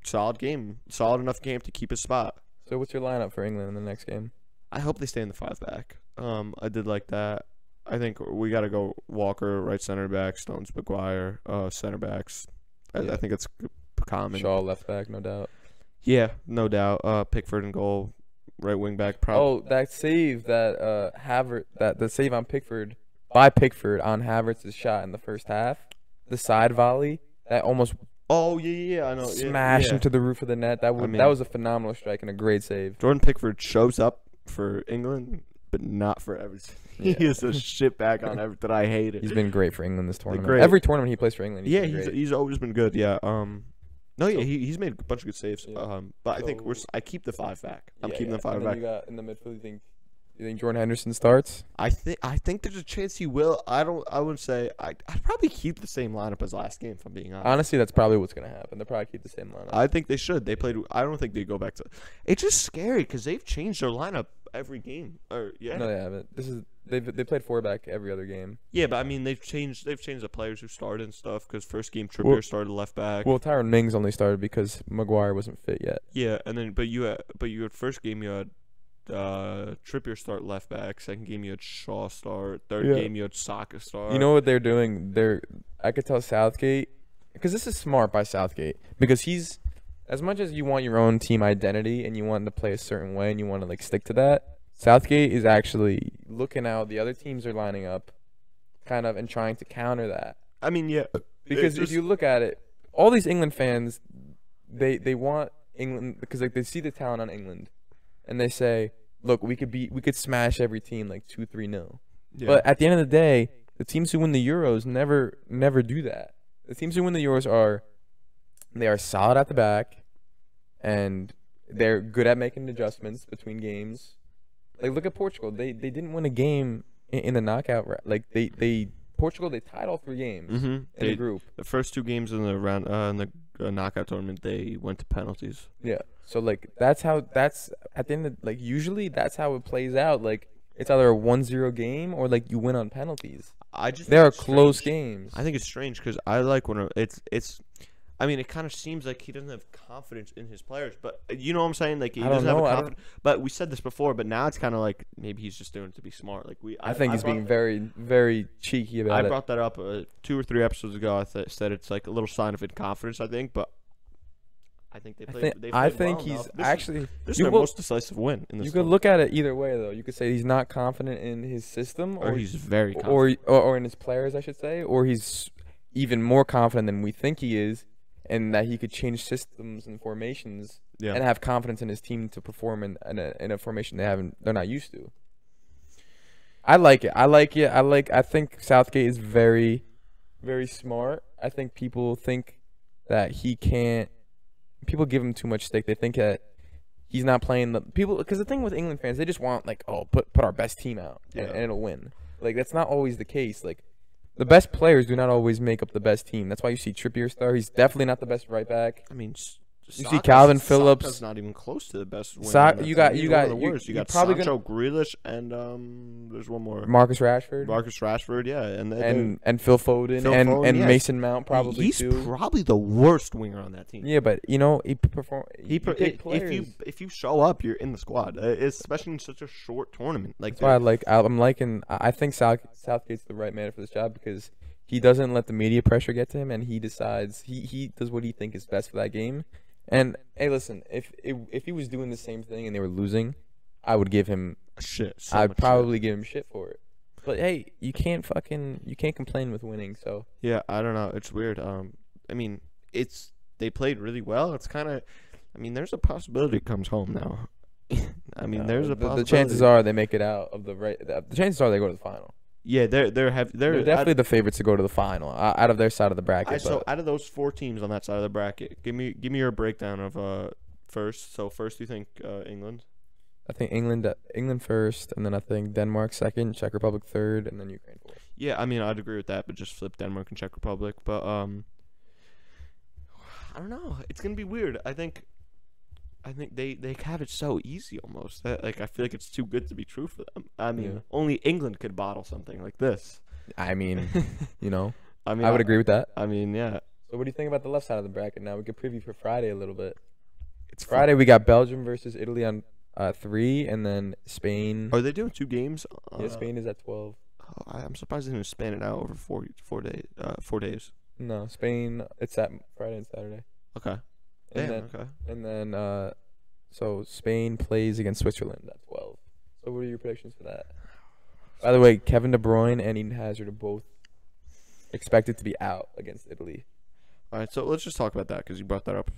solid game, solid enough game to keep his spot.
So what's your lineup for England in the next game?
I hope they stay in the five back. Um, I did like that. I think we got to go Walker right center back, Stones, McGuire, uh, center backs. I,
Yeah.
I think it's common.
Shaw left back, no doubt.
Yeah, no doubt. Uh, Pickford and goal, right wing back. Probably.
Oh, that save that uh Havertz that the save on Pickford by Pickford on Havertz's shot in the first half, the side volley that almost
Oh, yeah, yeah, yeah. I know. yeah,
smashed
yeah.
into the roof of the net. That was
mean-
that was a phenomenal strike and a great save.
Jordan Pickford shows up for England, but not for Everton. he
Yeah.
is a shit back on Everton. I hate it.
He's been great for England this tournament.
great.
Every tournament he plays for England, he's
yeah,
been
he's,
great.
he's always been good. Yeah. Um. No, yeah, he, he's made a bunch of good saves.
Yeah.
Um, but I think we're
So-
s- I keep the five back. I'm
Yeah,
keeping
yeah.
the five
And
back.
then you got in the midfield. You think you think Jordan Henderson starts?
I think I think there's a chance he will. I don't. I wouldn't say. I I'd probably keep the same lineup as last game. If I'm being honest.
Honestly, that's probably what's gonna happen. They'll probably keep the same lineup.
I think they should. They played. I don't think they go back to. It's just scary because they've changed their lineup every game. Or yeah,
No, they haven't. This is they have they played four back every other game.
yeah, but I mean they've changed. They've changed the players who started and stuff. Because first game Trippier
Well-
started left back.
Well, Tyron Mings only started because Maguire wasn't fit yet.
yeah, and then but you had but you had first game you had uh Trippier start left back. Second game you had Shaw start. Third
Yeah.
game you had Saka start.
You know what they're doing? They're I could tell Southgate because this is smart by Southgate because he's as much as you want your own team identity and you want to play a certain way and you want to like stick to that. Southgate is actually looking out the other teams are lining up, kind of and trying to counter that
I mean yeah,
because
just-
if you look at it, all these England fans, they they want England because like they see the talent on England, and they say, look, we could beat we could smash every team like two three nil.
yeah.
But at the end of the day, the teams who win the Euros never never do that. The teams who win the Euros are they are solid at the back and they're good at making adjustments between games. Like look at Portugal. They they didn't win a game in, in the knockout round. Like they they Portugal they tied all three games
Mhm.
in the
They-
group.
The first two games in the round uh, in the uh, knockout tournament, they went to penalties.
Yeah. So like that's how that's at the end of like usually that's how it plays out. Like It's either a 1-0 game or like you win on penalties.
I just
They
think
are
it's
close
strange.
games.
I think it's strange because I like when a- it's it's. I mean, it kind of seems like he doesn't have confidence in his players, but uh, you know what I'm saying? Like he
I don't
doesn't
know, I
have a
don't-
confidence. But we said this before, but now it's kind of like maybe he's just doing it to be smart. Like we,
I, think he's
brought
being
th-
very, very cheeky about
I
it.
brought that up uh, two or three episodes ago. I th- said it's like a little sign of inconfidence. I think, but I think they
I
played.
think,
they
I
played
think
well
he's
enough. This is-
actually.
this
you
is their
will-
most decisive win in this.
You could
tournament.
look at it either way, though. You could say he's not confident in his system, or
or he's very confident.
or, or or in his players, I should say, or he's even more confident than we think he is, and that he could change systems and formations
yeah.
and have confidence in his team to perform in in a, in a formation they haven't they're not used to. I like it. I like it. I like. I think Southgate is very, very smart. I think people think that he can't. People give him too much stick. They think that he's not playing the people. Because the thing with England fans, they just want like, oh, put put our best team out and,
Yeah.
and it'll win. Like that's not always the case. Like the best players do not always make up the best team. That's why you see Trippier star. He's definitely not the best right back.
I mean, s-
You see
Saka's-
Calvin Phillips.
Saka's not even close to the best. winger
Sa-
in the-
you got-
he's
you
one of
got-
the
you-
worst. You,
you
got
probably
Sancho, Grealish, and um, there's one more
Marcus Rashford
Marcus Rashford. Yeah, and they-
and and Phil Foden
Phil
and
Foden,
and
yes.
Mason Mount
they-
probably
he's
too.
probably the worst winger on that team.
yeah, but you know he p- perform.
He,
you
per-
pick
i- if you
players.
if you show up, you're in the squad, uh, especially in such a short tournament. Like
That's why I
they're-
like. I- I'm liking. I I think South, Southgate's the right man for this job because he doesn't let the media pressure get to him, and he decides he he does what he think is best for that game. And hey, listen, if if, if he was doing the same thing and they were losing, I would give him.
shit. so much
I'd
shit.
probably give him shit for it. But hey, you can't fucking you can't complain with winning. So
Yeah, I don't know. It's weird. Um, I mean, it's they played really well. It's kind of, I mean, there's a possibility it comes home now. I mean,
uh,
there's a
the,
possibility.
the chances are they make it out of the right. The the chances are they go to the final.
Yeah, they're they're have they're,
They're,
out-
definitely the favorites to go to the final uh, out of their side of the
I,
bracket.
so
but
out of those four teams on that side of the bracket, give me give me your breakdown of uh first. So first, you think uh, England?
I think England, uh, England first, and then I think Denmark second, Czech Republic third, and then Ukraine fourth.
Yeah, I mean, I'd agree with that, but just flip Denmark and Czech Republic. But um, I don't know. It's gonna be weird. I think, I think they they have it so easy almost. That, like I feel like it's too good to be true for them. I mean,
Yeah.
only England could bottle something like this.
I mean, you know,
I mean,
I would agree with that.
I mean, yeah,
So what do you think about the left side of the bracket now? We could preview for Friday a little bit.
it's fun.
Friday we got Belgium versus Italy on uh, three, and then Spain.
Are they doing two games?
Oh, yeah,
Uh,
Spain is at twelve.
oh, I- I'm surprised they didn't span it out over four four days. Uh, four days.
No, Spain. It's at Friday and Saturday,
Okay.
and
Damn,
then
okay.
and then uh, so Spain plays against Switzerland at twelve. So what are your predictions for that? By the way, Kevin De Bruyne and Eden Hazard are both expected to be out against Italy.
All right, so let's just talk about that because you brought that up.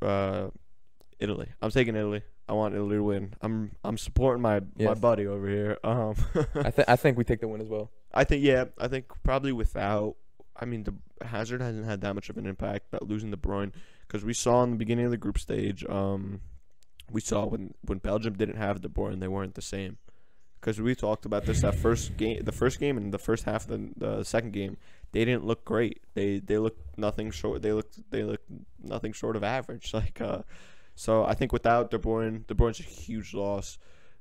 Uh, Italy. I'm taking Italy. I want Italy to win. I'm I'm supporting my my
Yes.
buddy over here. Um,
I think I think we take the win as well.
I think yeah. I think probably without. I mean, the Hazard hasn't had that much of an impact, but losing De Bruyne because we saw in the beginning of the group stage. Um, we saw when when Belgium didn't have De Bruyne, they weren't the same. Because we talked about this that first game, the first game and the first half of the, the second game, they didn't look great. They they looked nothing short. They looked they looked nothing short of average. Like, uh, so I think without De Bruyne, De Bruyne's a huge loss.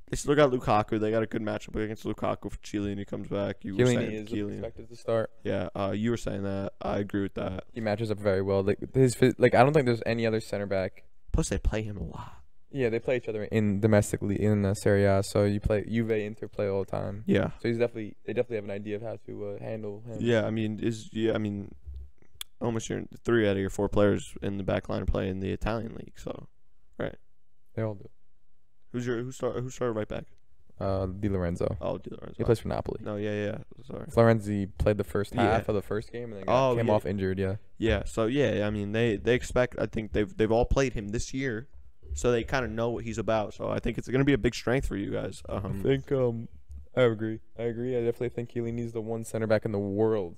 They still got Lukaku. They got a good matchup against Lukaku for Chile, and he comes back. You were
Chiellini
saying
is
Chiellini.
expected to start.
Yeah, uh, you were saying that. I agree with that.
He matches up very well. Like his phys- like I don't think there's any other center back.
Plus, they play him a lot.
Yeah, they play each other in domestically in uh, Serie A. So you play Juve Inter play all the time.
Yeah.
So he's definitely they definitely have an idea of how to uh, handle him.
Yeah, I mean, is yeah, I mean, almost your three out of your four players in the back line play in the Italian league. So,
they all do.
who's your who start who started right back?
Uh, Di Lorenzo.
Oh, Di Lorenzo.
He plays for Napoli.
No, yeah, yeah. Sorry.
Florenzi played the first
Yeah.
half of the first game and then got,
Oh,
came
yeah.
off injured. Yeah,
Yeah. So yeah, I mean, they they expect. I think they've they've all played him this year, so they kind of know what he's about. So I think it's gonna be a big strength for you guys. Um,
I think um, I agree. I agree. I definitely think Chiellini's the one center back in the world,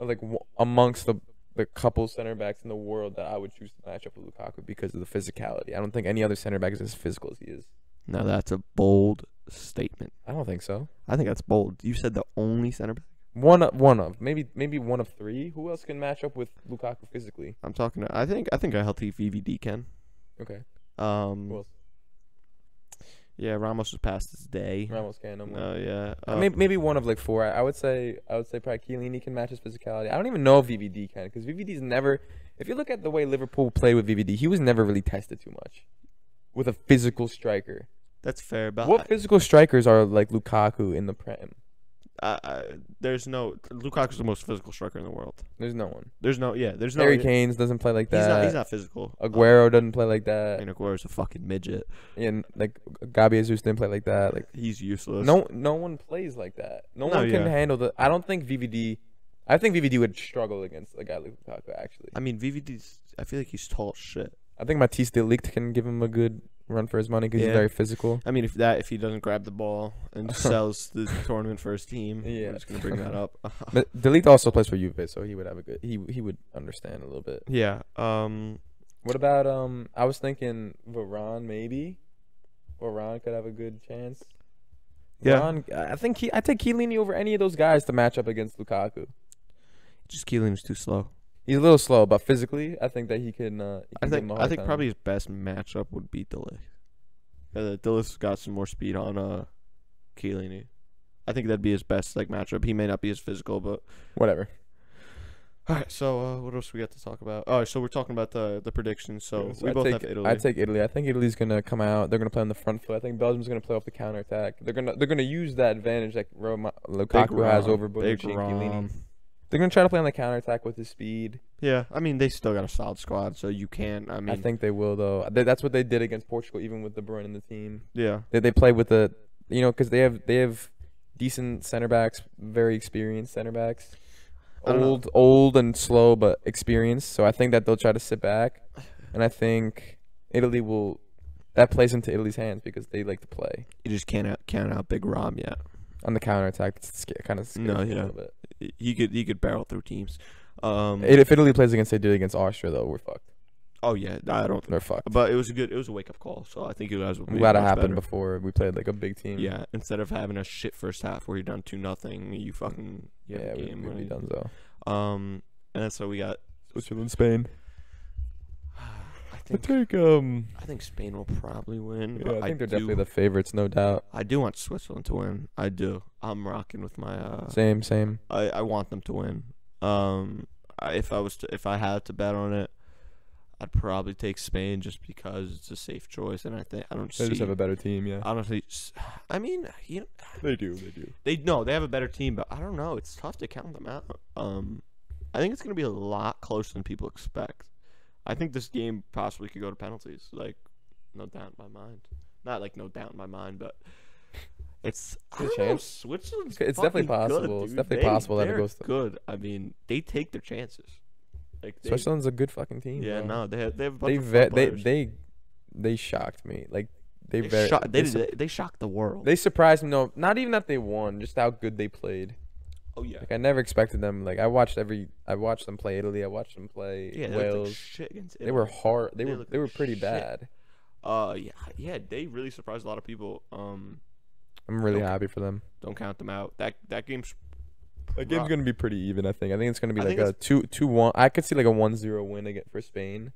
Uh, like w- amongst the the couple center backs in the world that I would choose to match up with Lukaku because of the physicality. I don't think any other center back is as physical as he is.
Now that's a bold statement.
I don't think so.
I think that's bold. You said the only center back.
One of, one of maybe maybe one of three. Who else can match up with Lukaku physically?
I'm talking. To, I think I think a healthy VVD can.
Okay.
Um,
Who else?
Yeah, Ramos was past his day.
Ramos can't no more.
No, yeah.
Uh,
Uh,
may- maybe, one of like four. I, I would say I would say probably Chiellini can match his physicality. I don't even know if VVD can because VVD's never. If you look at the way Liverpool played with VVD, he was never really tested too much with a physical striker.
that's fair, but
what
Uh, I-
physical strikers are like Lukaku in the Prem?
I, I, there's no Lukaku's the most physical striker in the world.
There's no one.
There's no yeah. There's no.
Harry Kane's doesn't play like
he's
that.
not. He's not physical. Um,
Aguero doesn't play like
I
that.
mean, Aguero's a fucking midget.
And like Gabi Jesus didn't play like that. Like
He's useless.
no no one plays like that. No,
No,
one can
yeah.
handle the. I don't think VVD. I think VVD would struggle against a guy like Lukaku actually.
I mean, VVD's. I feel like he's tall as shit.
I think Matisse Delict can give him a good run for his money because
Yeah.
he's very physical.
I mean, if that if he doesn't grab the ball and sells the tournament for his team,
Yeah.
I'm just gonna bring that up.
But Delict also plays for Juve, so he would have a good. He he would understand a little bit.
yeah. Um.
What about um? I was thinking Varane maybe. Varane could have a good chance.
Yeah.
Varane, I think he. I take Chiellini over any of those guys to match up against Lukaku.
Just Keelan's too slow.
He's a little slow, but physically, I think that he can. Uh, he
I
can give him
think
a
I
hard
think
time.
probably his best matchup would be Dillich. Uh, Dillich's got some more speed on uh Chiellini. I think that'd be his best like matchup. He may not be as physical, but
whatever.
all right. So uh, what else we got to talk about? Oh, so we're talking about the the predictions. So we
I
both
take,
have Italy.
I take Italy. I think Italy's gonna come out. They're gonna play on the front foot. I think Belgium's gonna play off the counter attack. They're gonna they're gonna use that advantage that Roma, Lukaku has
Rom,
over
big
Bonucci and Chiellini.
Rom.
They're gonna try to play on the counter attack with his speed.
Yeah, I mean they still got a solid squad, so you can. I
I,
mean,
think they will though. Th- That's what they did against Portugal, even with De Bruyne in the team.
yeah,
They they play with the you know because they have they have decent center backs, very experienced center backs.
I don't know.
Old, old and slow, but experienced. So I think that they'll try to sit back, and I think Italy will. That plays into Italy's hands because they like to play.
you just can't out, count out Big Rom yet.
on the counterattack. It's sca- kind of scares
No,
me
yeah.
a little bit.
He could he could barrel through teams. Um.
It- if Italy plays against they did against Austria though, we're fucked.
oh yeah, I don't.
They're fucked.
But it was a good. It was a wake up call. So I think you guys will.
I'm
be
glad it
much
happened
better.
before we played like a big team.
Yeah, instead of having a shit first half where you're down two nothing, you fucking you
yeah,
have a
we,
game
we'd be
winning.
done though.
Um, and that's what we got.
Switzerland, Spain.
I
I
think
think um,
I think Spain will probably win.
yeah,
but
I think
I
they're
do,
definitely the favorites, no doubt.
I do want Switzerland to win. I do. I'm rocking with my. Uh,
Same, same.
I I want them to win. Um, I, if I was to, if I had to bet on it, I'd probably take Spain just because it's a safe choice, and I think I don't
They
see.
just have a better team, yeah.
I don't see. I mean, you know,
They do, they do.
They no, they have a better team, but I don't know. It's tough to count them out. Um, I think it's gonna be a lot closer than people expect. I think this game possibly could go to penalties. Like, no doubt in my mind. Not like no doubt in my mind, but it's I
Good
don't know,
chance.
Switzerland's
It's- it's definitely
fucking good,
possible. It's
dude.
definitely
They-
possible that it
they're
goes to-
good. I mean, they take their chances. Like, they,
Switzerland's a good fucking team.
yeah,
bro.
no, they have, they have a bunch
They
of fun
ve- they
players.
they they shocked me. Like they
They
very
shock- they,
they, su-
did- they shocked the world.
they surprised me. No, not even that they won, just how good they played.
oh yeah,
Like I never expected them. Like I watched every, I watched them play Italy. I watched them play
yeah, they looked like
Wales.
shit against
they were
Italy.
hard. They,
they
were
looked
they
like
were pretty
shit.
bad.
Uh, yeah, yeah, they really surprised a lot of people. Um,
I'm really
Okay.
happy for them.
don't count them out. That that game's
That game's
Right.
gonna be pretty even. I think. I think it's gonna be
I
like
think
a two two one. I could see like a one zero win again for Spain.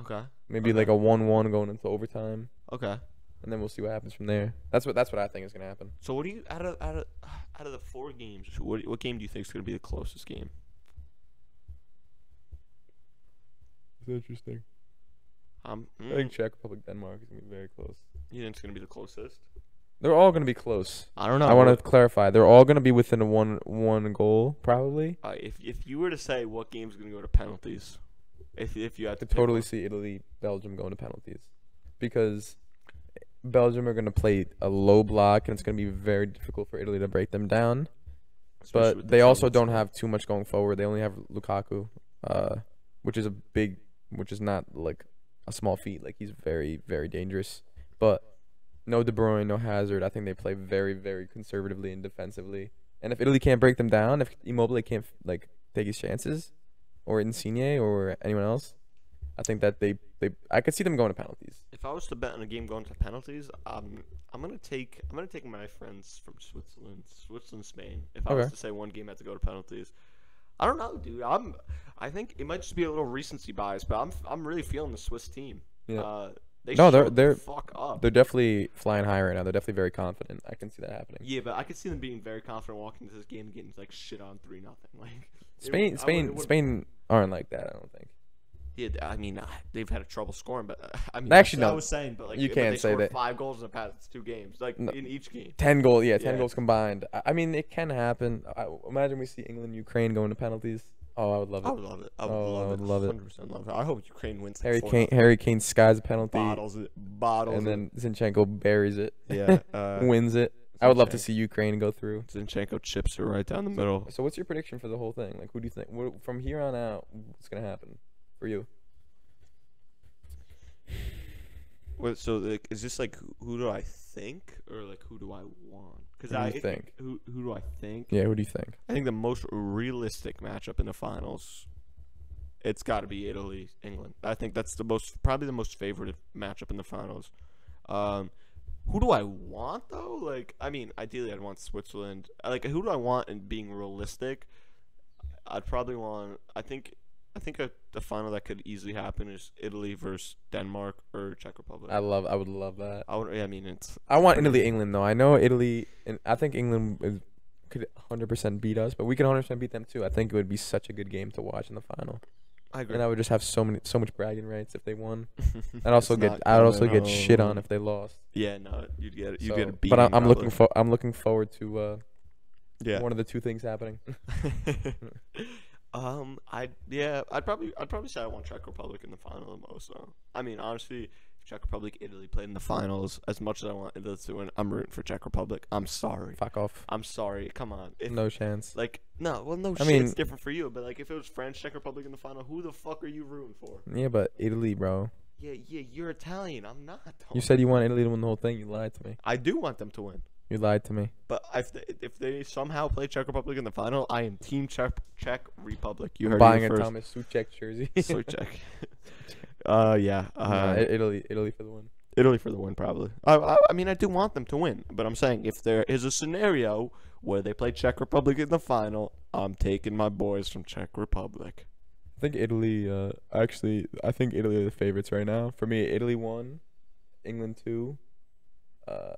okay.
Maybe
Okay.
like a one one going into overtime,
Okay.
and then we'll see what happens from there. That's what that's what I think is gonna happen.
So what do you out of out of out of the four games? What what game do you think is gonna be the closest game?
It's interesting.
Um,
I think
mm,
Czech Republic Denmark is gonna be very close.
you think it's gonna be the closest?
They're all gonna be close.
I don't know.
I want to clarify. They're all gonna be within a one one goal probably.
Uh, if if you were to say what game's gonna go to penalties, if if you had to
could
pick
totally
one.
see Italy, Belgium going to penalties because Belgium are going to play a low block and it's going to be very difficult for Italy to break them down.
especially with
But
the
they also
Germans.
don't have too much going forward. They only have Lukaku, uh, which is a big, which is not like a small feat. Like he's very, very dangerous. But no De Bruyne, no Hazard. I think they play very, very conservatively and defensively. And if Italy can't break them down, if Immobile can't like take his chances, or Insigne or anyone else, I think that they they I could see them going to penalties.
If I was to bet on a game going to penalties, um, I'm gonna take I'm gonna take my friends from Switzerland, Switzerland, Spain. If I was
Okay.
to say one game had to go to penalties, I don't know, dude. I'm I think it might just be a little recency bias, but I'm I'm really feeling the Swiss team.
Yeah.
Uh, They
No, they're-
showed the
they're-
fuck up.
They're definitely flying high right now. They're definitely very confident. I can see that happening.
yeah, but I could see them being very confident walking into this game and getting like shit on three nothing. Like it would- I
Spain,
would-
Spain,
it would-
Spain aren't like that. I don't think.
Yeah, I mean uh, they've had trouble scoring, but uh, I mean
Actually,
that's what I
no.
was saying, but like
You
but
can't
they
say
scored
that.
five goals in the past two games, like
No.
in each game.
Ten goals, yeah, ten
Yeah.
goals combined. I, I mean, it can happen. I, imagine we see England, Ukraine going to penalties. Oh, I would love
I
it.
would love it. I would
Oh,
love
I
it.
would love it.
100% love it. I hope Ukraine wins. like,
Harry
4-0.
Kane, Harry Kane skies a penalty,
bottles it, bottles
and
it.
then Zinchenko buries it.
yeah, uh,
wins it. I would love to
Zinchenko.
see Ukraine go through.
Zinchenko chips are right down the middle.
So, what's your prediction for the whole thing? Like, who do you think what, from here on out? What's gonna happen for you?
Wait, so like, is this like who- who do I think or like who do I want? Because
Who do
I
you think?
who who do I think?
Yeah, who do you think?
I think the most realistic matchup in the finals, it's got to be Italy England. I think that's the most probably the most favorite matchup in the finals. Um, who do I want though? Like, I mean, ideally I'd want Switzerland. Uh, Like, who do I want? And being realistic, I'd probably want. I think. I think a, the final that could easily happen is Italy versus Denmark or Czech Republic.
I love. I would love that.
I would. yeah, I mean, it's
I want Italy, England though. I know Italy, and I think England is, could 100% beat us, but we could 100% beat them too. I think it would be such a good game to watch in the final,
I agree.
and I would just have so many, so much bragging rights if they won. I'd also
It's
get,
not
I'd also
coming
get shit on
home.
if they lost.
yeah, no, you'd get you
So-
would get a beat.
but I, I'm looking for, I'm looking forward to uh,
yeah.
one of the two things happening.
um, I yeah, I'd probably I'd probably say I want Czech Republic in the final the most. Though. I mean, honestly, if Czech Republic Italy played in the finals, as much as I want Italy to win, I'm rooting for Czech Republic. I'm sorry.
Fuck off,
I'm sorry. Come on. If,
no chance.
Like no, well no
I
shit. it's
mean-
different for you, but like if it was France Czech Republic in the final, who the fuck are you rooting for?
Yeah, but Italy, bro.
Yeah, yeah, you're Italian. I'm not.
You
dog.
said you want Italy to win the whole thing. You lied to me.
I do want them to win,
You lied to me.
but if they, if they somehow play Czech Republic in the final, I am Team Czech Czech Republic. You heard
Buying
it
a
first.
Thomas Suchek jersey.
Soy check. uh, yeah.
Nah,
Uh,
I- Italy, Italy for the win.
Italy for the win, probably. I, I, I mean, I do want them to win, but I'm saying if there is a scenario where they play Czech Republic in the final, I'm taking my boys from Czech Republic.
I think Italy. Uh, actually, I think Italy are the favorites right now. For me, Italy one, England two. Uh,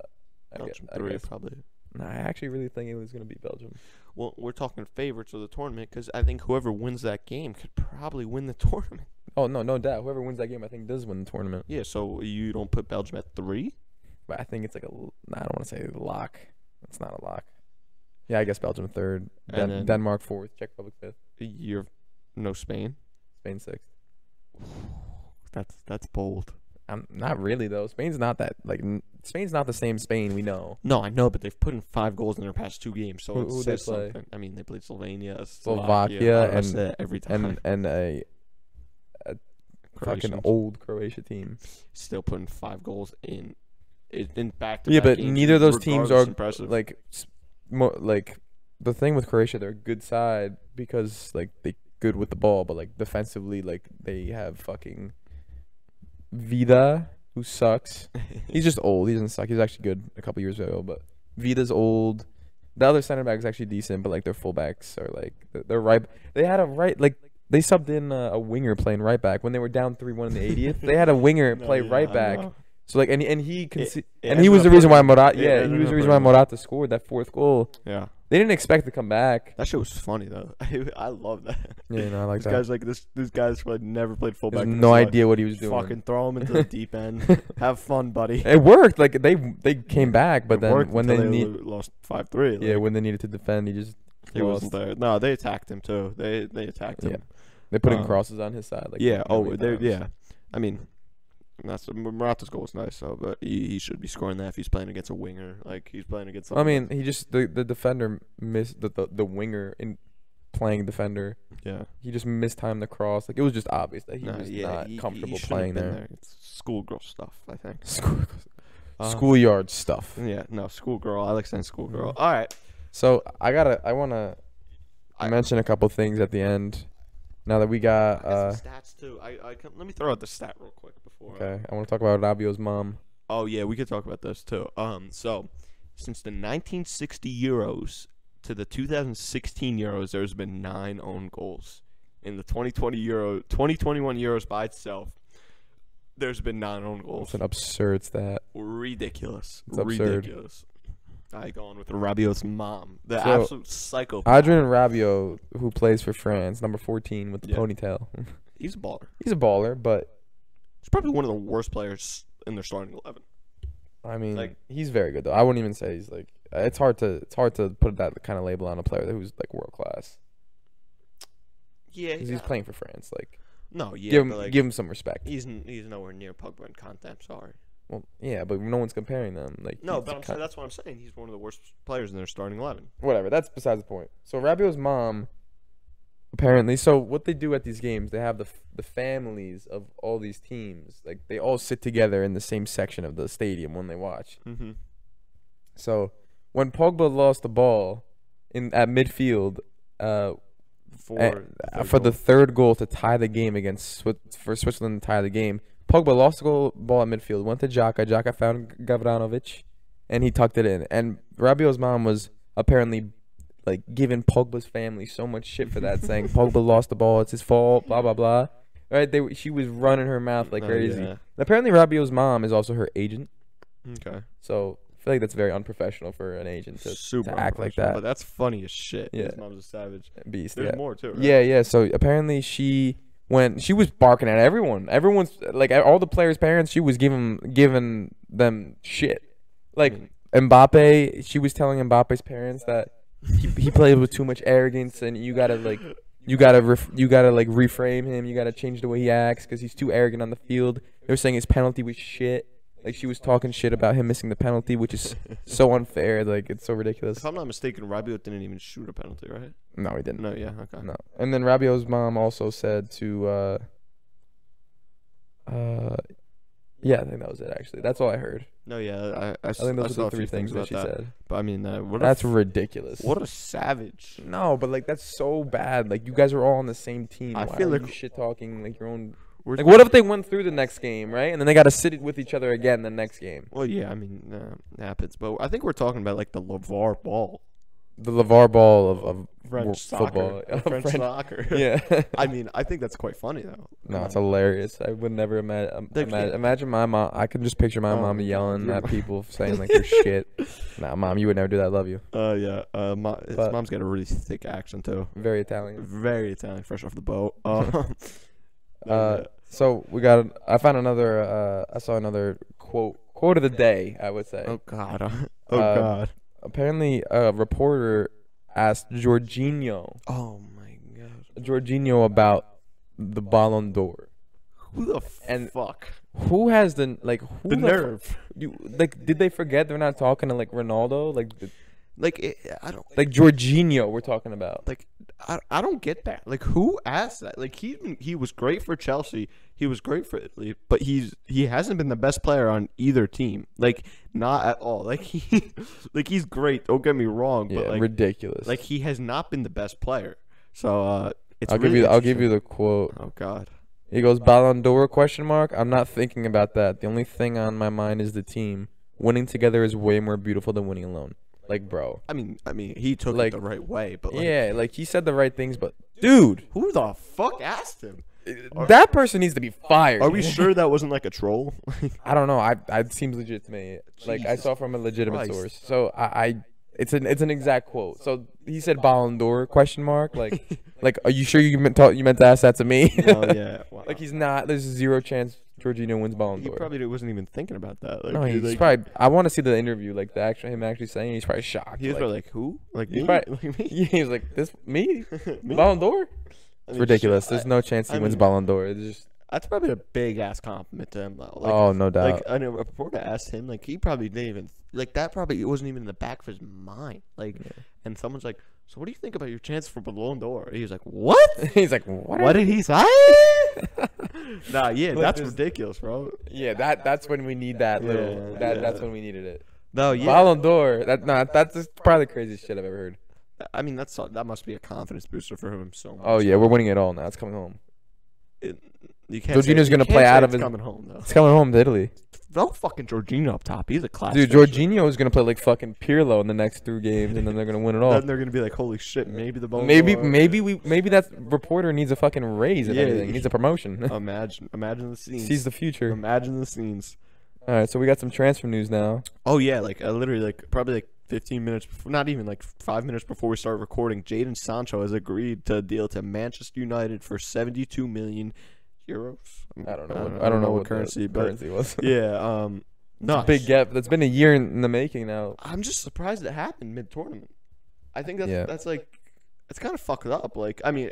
I, gue-
Belgium
I
three,
guess-
probably.
Nah, I actually really think Italy's gonna beat Belgium.
Well, we're talking favorites of the tournament because I think whoever wins that game could probably win the tournament.
Oh no, no doubt. Whoever wins that game, I think does win the tournament.
Yeah, so you don't put Belgium at three?
But I think it's like a. l- Nah, I don't want to say lock. It's not a lock. Yeah, I guess Belgium third,
And
Den-
then-
Denmark fourth, Czech Republic fifth,
You're no Spain.
Spain sixth.
That's that's bold.
I'm not really though. Spain's not that like n- Spain's not the same Spain we know.
No, I know, but they've put in five goals in their past two games, so
Who-
it
who they
says
play?
something. I mean, they played Slovenia,
Slovakia,
Slovakia, and
and-
every time.
And and a fucking
Croatians
old Croatia team.
still putting five goals in in in back to
Yeah,
back.
but
games
neither of
is
those teams
regardless
are
impressive.
like s- mo like the thing with Croatia, they're a good side because like they good with the ball, but like defensively, like they have fucking Vida who sucks. He's just old. He doesn't suck. He's actually good a couple years ago, but Vida's old. The other center back is actually decent, but like their fullbacks are like th- they're right. They had a right like they subbed in a, a winger playing right back when they were down three one in the 80th. they had a winger
No,
play
yeah,
right
I
back.
know.
So like and and he can
It- it
and he
ended
was
up
the reason why
hurting.
Morata
It
yeah he
ended
was the
up
reason why
hurting.
Morata scored that fourth goal.
Yeah,
They didn't expect to come back.
that shit was funny though. I love that.
Yeah, no, I like
This
that.
guy's like this. This guy's probably never played
He has
fullback. in his
no
life.
idea what he was doing.
Fucking throw him into the deep end. Have fun, buddy.
It worked. Like they they came back, but
It
then
worked
when they
until
need
lo- lost five three.
yeah when they needed to defend, he just
he wasn't
lost.
there. No, they attacked him too. They they attacked him.
Yeah. They put in
Um,
crosses on his side. Like
yeah.
a
Oh,
million
they
times.
yeah. I mean, that's Morata's goal was nice though, but he, he should be scoring that if he's playing against a winger. Like he's playing against.
I mean, he just the, the defender missed the, the the winger in playing defender.
yeah.
He just mistimed the cross. Like it was just obvious that he
Nah,
was
yeah,
not
he- he
comfortable
shouldn't have
playing
been
there.
It's schoolgirl stuff, I think.
School,
Uh,
schoolyard stuff.
Yeah, no, schoolgirl. I like saying schoolgirl.
Mhm.
All right.
So I gotta I wanna
I-
mention a couple things at the end. Now that we got uh,
stats too. I, I can, let me throw out the stat real quick before.
okay, I want to talk about Rabio's mom.
Oh yeah, we could talk about this too. Um, so since the 1960 Euros to the 2016 Euros, there's been nine own goals. In the 2020 Euro, 2021 Euros by itself, there's been nine own
It's
goals.
an absurd stat.
Ridiculous.
It's absurd.
Ridiculous. I go on with Rabiot's mom, the
So,
absolute psychopath.
Adrian Rabiot, who plays for France, number 14 with the
Yeah.
ponytail.
He's a baller.
He's a baller, but
He's probably one of the worst players in their starting eleven.
I mean,
Like-
he's very good though. I wouldn't even say he's like. It's hard to it's hard to put that kind of label on a player who's like world class
Yeah,
because he's playing for France. Like,
No, yeah,
give him
but like,
give him some respect.
he's n- he's nowhere near Pogba in content. Sorry.
Well, yeah, but no one's comparing them. Like,
No,
he's
but I'm
kind-
saying, that's what I'm saying. He's one of the worst players in their starting eleven.
whatever. That's besides the point. So Rabiot's mom, apparently. So what they do at these games, they have the f- the families of all these teams. Like they all sit together in the same section of the stadium when they watch.
Mm-hmm.
So when Pogba lost the ball in at midfield, uh,
For
a-
the
uh,
third
for the
goal.
third goal to tie the game against Swi- for Switzerland to tie the game, Pogba lost the goal, ball at midfield, went to Jaka. Jaka found Gavranovic, and he tucked it in. And Rabiot's mom was apparently like giving Pogba's family so much shit for that, saying Pogba lost the ball, it's his fault, blah blah blah. Right? They w- she was running her mouth like
No,
crazy.
Oh, yeah.
And apparently, Rabiot's mom is also her agent,
Okay.
so I feel like that's very unprofessional for an agent to
Super
act like
unprofessional,
that.
But that's funny as shit.
Yeah.
His mom's a savage.
beast.
There's
yeah.
more too. Right?
Yeah, yeah. So apparently she went. She was barking at everyone. Everyone's like all the players' parents. She was giving giving them shit. Like
mean-
Mbappe, she was telling Mbappe's parents that he, he played with too much arrogance, and you gotta like you gotta ref, you gotta like reframe him. You gotta change the way he acts because he's too arrogant on the field. They were saying his penalty was shit. Like she was talking shit about him missing the penalty, which is so unfair. Like it's so ridiculous.
If I'm not mistaken, Rabiot didn't even shoot a penalty, right?
No, he didn't.
No. Yeah. Okay.
No. And then Rabiot's mom also said to uh uh yeah, I think that was it actually. That's all I heard.
No. Yeah. I I,
I think those
saw
are
a
the three
few
things that
about
she said.
But I mean, uh, what
That's
a,
ridiculous.
what a savage.
No, but like that's so bad. Like you guys are all on the same team.
I
Why
feel
are
like-
you shit talking like your own
Where's
Like what if they went through the next game, right? And then they got to sit with each other again the next game.
Well, yeah. I mean, uh, happens. But I think we're talking about like the Levar ball,
The LeVar ball of, of
French
wo-
soccer,
football.
uh, French,
French-
soccer.
yeah.
I mean, I think that's quite funny though.
No, it's
Um,
hilarious. I would never imagine.
They can't-
imagine my mom. I can just picture my
Oh
mom
my God,
yelling
your
at
mom.
people saying like they're shit. Nah, mom, you would never do that. I love you.
Uh, yeah. Uh, mo- his
But-
mom's got a really thick accent too.
Very Italian.
Very Italian, fresh off the boat. Um,
Uh, So we got. I found another. Uh, I saw another quote. Quote of the day. I would say.
oh God.
Oh,
oh
uh,
God.
Apparently, a reporter asked Jorginho,
Oh my God.
Jorginho about the Ballon d'Or.
Who the
and-
fuck?
Who has the like? Who
The
f-
nerve.
You like? Did they forget they're not talking to like Ronaldo? Like, th-
Like it, I don't
like Jorginho we're talking about.
like I, I don't get that. Like who asked that? Like he even- he was great for Chelsea. He was great for Italy, but he's he hasn't been the best player on either team. Like not at all. Like he like he's great. Don't get me wrong,
Yeah,
but like
ridiculous.
like he has not been the best player. So uh it's
I'll give
really
you. I'll give
interesting.
you the quote.
Oh god.
He goes Ballon d'Or question mark. I'm not thinking about that. The only thing on my mind is the team. Winning together is way more beautiful than winning alone. Like, bro.
I mean, I mean, he took
Like-
it the right way, but like,
yeah, like he said the right things, but dude,
who the fuck asked him?
that person needs to be fired.
Are we sure that wasn't like a troll?
I don't know. I, I it seems legit to me. Like I
Jesus
saw from a legitimate
Christ.
source. So I, I it's an it's an exact quote. So he said Ballon d'Or question mark. Like like are you sure you meant to, you meant to ask that to me?
oh yeah, wow.
like he's not. There's zero chance Jorginho wins Ballon
he
d'Or.
probably wasn't even thinking about that. Like,
No, he's
like,
probably. I want to see the interview, like the actual him actually saying. it, He's probably shocked.
He was
like,
probably like, who? Like
He's
me?
probably-
Like me?
yeah, he was like, "This me,
Me?
Ballon d'Or."
I
It's
mean,
ridiculous.
shit,
There's
I-
no chance he
I
wins
mean-
Ballon d'Or. It's just
that's probably a big ass compliment to him, though. Like,
oh no doubt.
like and a reporter asked him, like he probably didn't even like that. Probably it wasn't even in the back of his mind. Like, and someone's like, so what do you think about your chance for Ballon d'Or? He was like, what?
he's like, "What?"
what did he say? nah, yeah,
Like
that's
this-
ridiculous, bro.
Yeah, that that's when we need that little.
Yeah,
that
yeah.
that's when we needed it.
No, yeah,
Ballon d'Or. That nah, that's just probably the craziest shit I've ever heard.
I mean that's that must be a confidence booster for him so much.
Oh yeah, we're winning it all now. It's coming home.
It- you can't. say-
Jorginho's
you
gonna
can't
play
say
out of
it's
his-
coming home though.
It's coming home to Italy.
Throw fucking Jorginho up top. He's a class.
Dude,
finisher.
Jorginho is gonna play like fucking Pirlo in the next three games, and then they're gonna win it all.
Then they're gonna be like, holy shit, maybe the ball.
oh. Maybe, maybe we, maybe that reporter needs a fucking raise and
Yeah, um,
everything. Needs a promotion.
Imagine, imagine the scenes.
Sees the future.
Imagine the scenes.
All right, so we got some transfer news now.
Oh yeah, like uh, literally, like probably like 15 minutes, before, not even like five minutes before we start recording, Jaden Sancho has agreed to a deal to Manchester United for 72 million euros.
I don't know. what, Uh, I don't know what the
currency, but
currency was.
yeah, um,
It's
no,
a big gap. That's been a year in, in the making now.
I'm just surprised it happened mid tournament. I think that's
Yeah.
that's like it's kind of fucked up. Like I mean,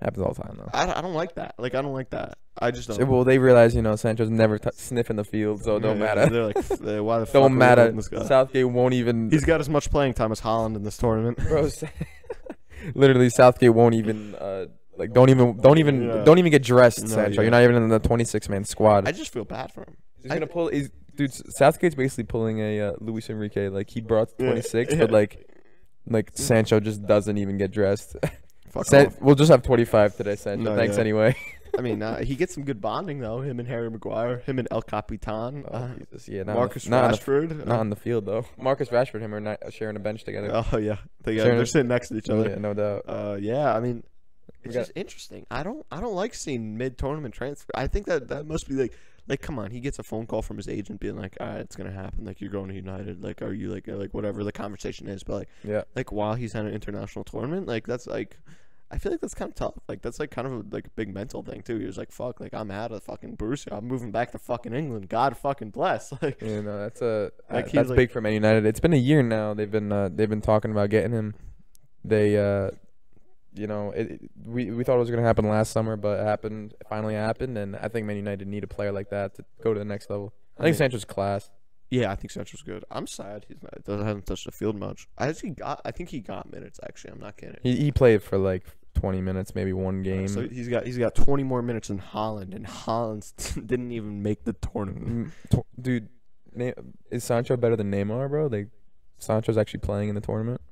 Happens all the time though.
I, I, I don't like that. Like I don't like that. I just don't.
So, well, they realize you know Sancho's never t- sniffing the field, so it don't
Yeah,
matter.
They're like, "F- uh, why the fuck are we
Don't matter.
letting This guy?
Southgate won't even.
He's got as much playing time as Holland in this tournament.
Bro, Sa- literally Southgate won't even uh, like don't even don't even
Yeah.
don't even get dressed,
No,
Sancho.
yeah.
You're not even in the 26 man squad.
I just feel bad for him.
he's gonna pull. He's, dude, S- Southgate's basically pulling a uh, Luis Enrique. Like he brought
Yeah,
26,
yeah.
but like like Sancho just doesn't even get dressed.
Fuck
San-
off.
we'll just have 25 today, Sancho.
No,
Thanks
yeah.
anyway.
I mean, uh, he gets some good bonding though. Him and Harry Maguire, him and El Capitan,
Oh,
uh,
Jesus. Yeah, not,
Marcus
Marcus not, on the,
Rashford.
not on the field though. Marcus Rashford and him are not sharing a bench together.
uh, oh yeah, they got,
Sharon-
they're sitting next to each other.
Yeah, no doubt.
Uh, yeah, I mean,
We
it's
got-
just interesting. I don't, I don't like seeing mid-tournament transfer. I think that that must be like, like, come on, he gets a phone call from his agent being like, all right, it's gonna happen. Like, you're going to United. Like, are you like, uh, like whatever the conversation is, but like,
Yeah.
like while he's at an international tournament, like that's like. I feel like that's kind of tough. Like that's like kind of a, like a big mental thing too. He was like, "Fuck! Like I'm out of fucking Borussia. I'm moving back to fucking England. God fucking bless." Like,
You know, that's a
Like,
uh,
he's
that's
like-
big for Man United. It's been a year now. They've been uh, they've been talking about getting him. They, uh, you know, it, it- we we thought it was gonna happen last summer, but it happened. It finally happened, and I think Man United need a player like that to go to the next level. I think
mean-
Sancho's class.
Yeah, I think Sancho's good. I'm sad he's not doesn't hasn't touched the field much. I actually got I think he got minutes actually. I'm not kidding.
He he played for like 20 minutes, maybe one game.
So he's got he's got 20 more minutes in Holland, and Holland didn't even make the tournament.
Mm, tw- Dude, Na- is Sancho better than Neymar, bro? Like, Sancho's actually playing in the tournament.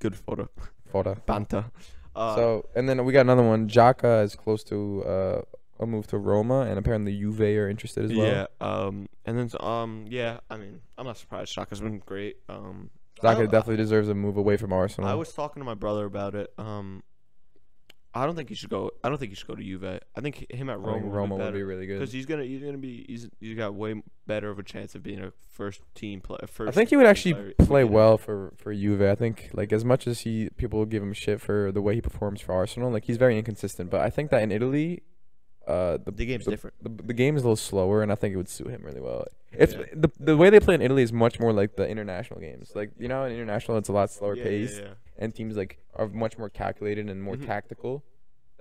Good photo,
Fodder.
Banta. Uh,
So and then we got another one. Jaka is close to uh, a move to Roma, and apparently Juve are interested as well.
yeah. Um, and then um, yeah. I mean, I'm not surprised. Shaka's been great. Um, I
Jaka
don't-
definitely deserves a move away from Arsenal.
I was talking to my brother about it. Um, I don't think he should go. I don't think he should go to Juve. I think him
I
at
think
Roma.
Roma
would be
would
better.
be really
Because
good.
he's gonna he's gonna be he's he's got way better of a chance of being a first team player. First
I think he would
team
actually
player.
play
Yeah.
well for for Juve. I think like as much as he people give him shit for the way he performs for Arsenal, like he's very inconsistent. But I think that in Italy, uh, the
The game's
the,
different.
the, the game is a little slower, and I think it would suit him really well. It's
Yeah.
the the way they play in Italy is much more like the international games. Like you know, in international, it's a lot slower
Yeah,
paced.
yeah, yeah.
and teams like are much more calculated and more
Mhm.
tactical.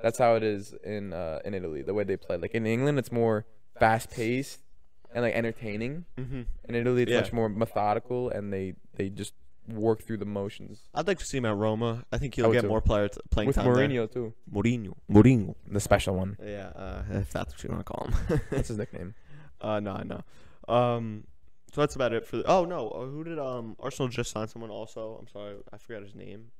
That's how it is in uh, in Italy. The way they play, like in England, it's more fast paced and like entertaining.
Mhm.
In Italy, it's
Yeah.
much more methodical, and they they just work through the motions.
I'd like to see him at Roma. I think he'll
would
get
too.
more player t- playing
With
time
Mourinho too,
there. Mourinho. Mourinho.
the special one.
Yeah, uh, if that's what you want to call him.
That's his nickname.
uh, no, I know. Um, so that's about it for. The, oh no, uh, who did um Arsenal just sign someone? Also, I'm sorry, I forgot his name.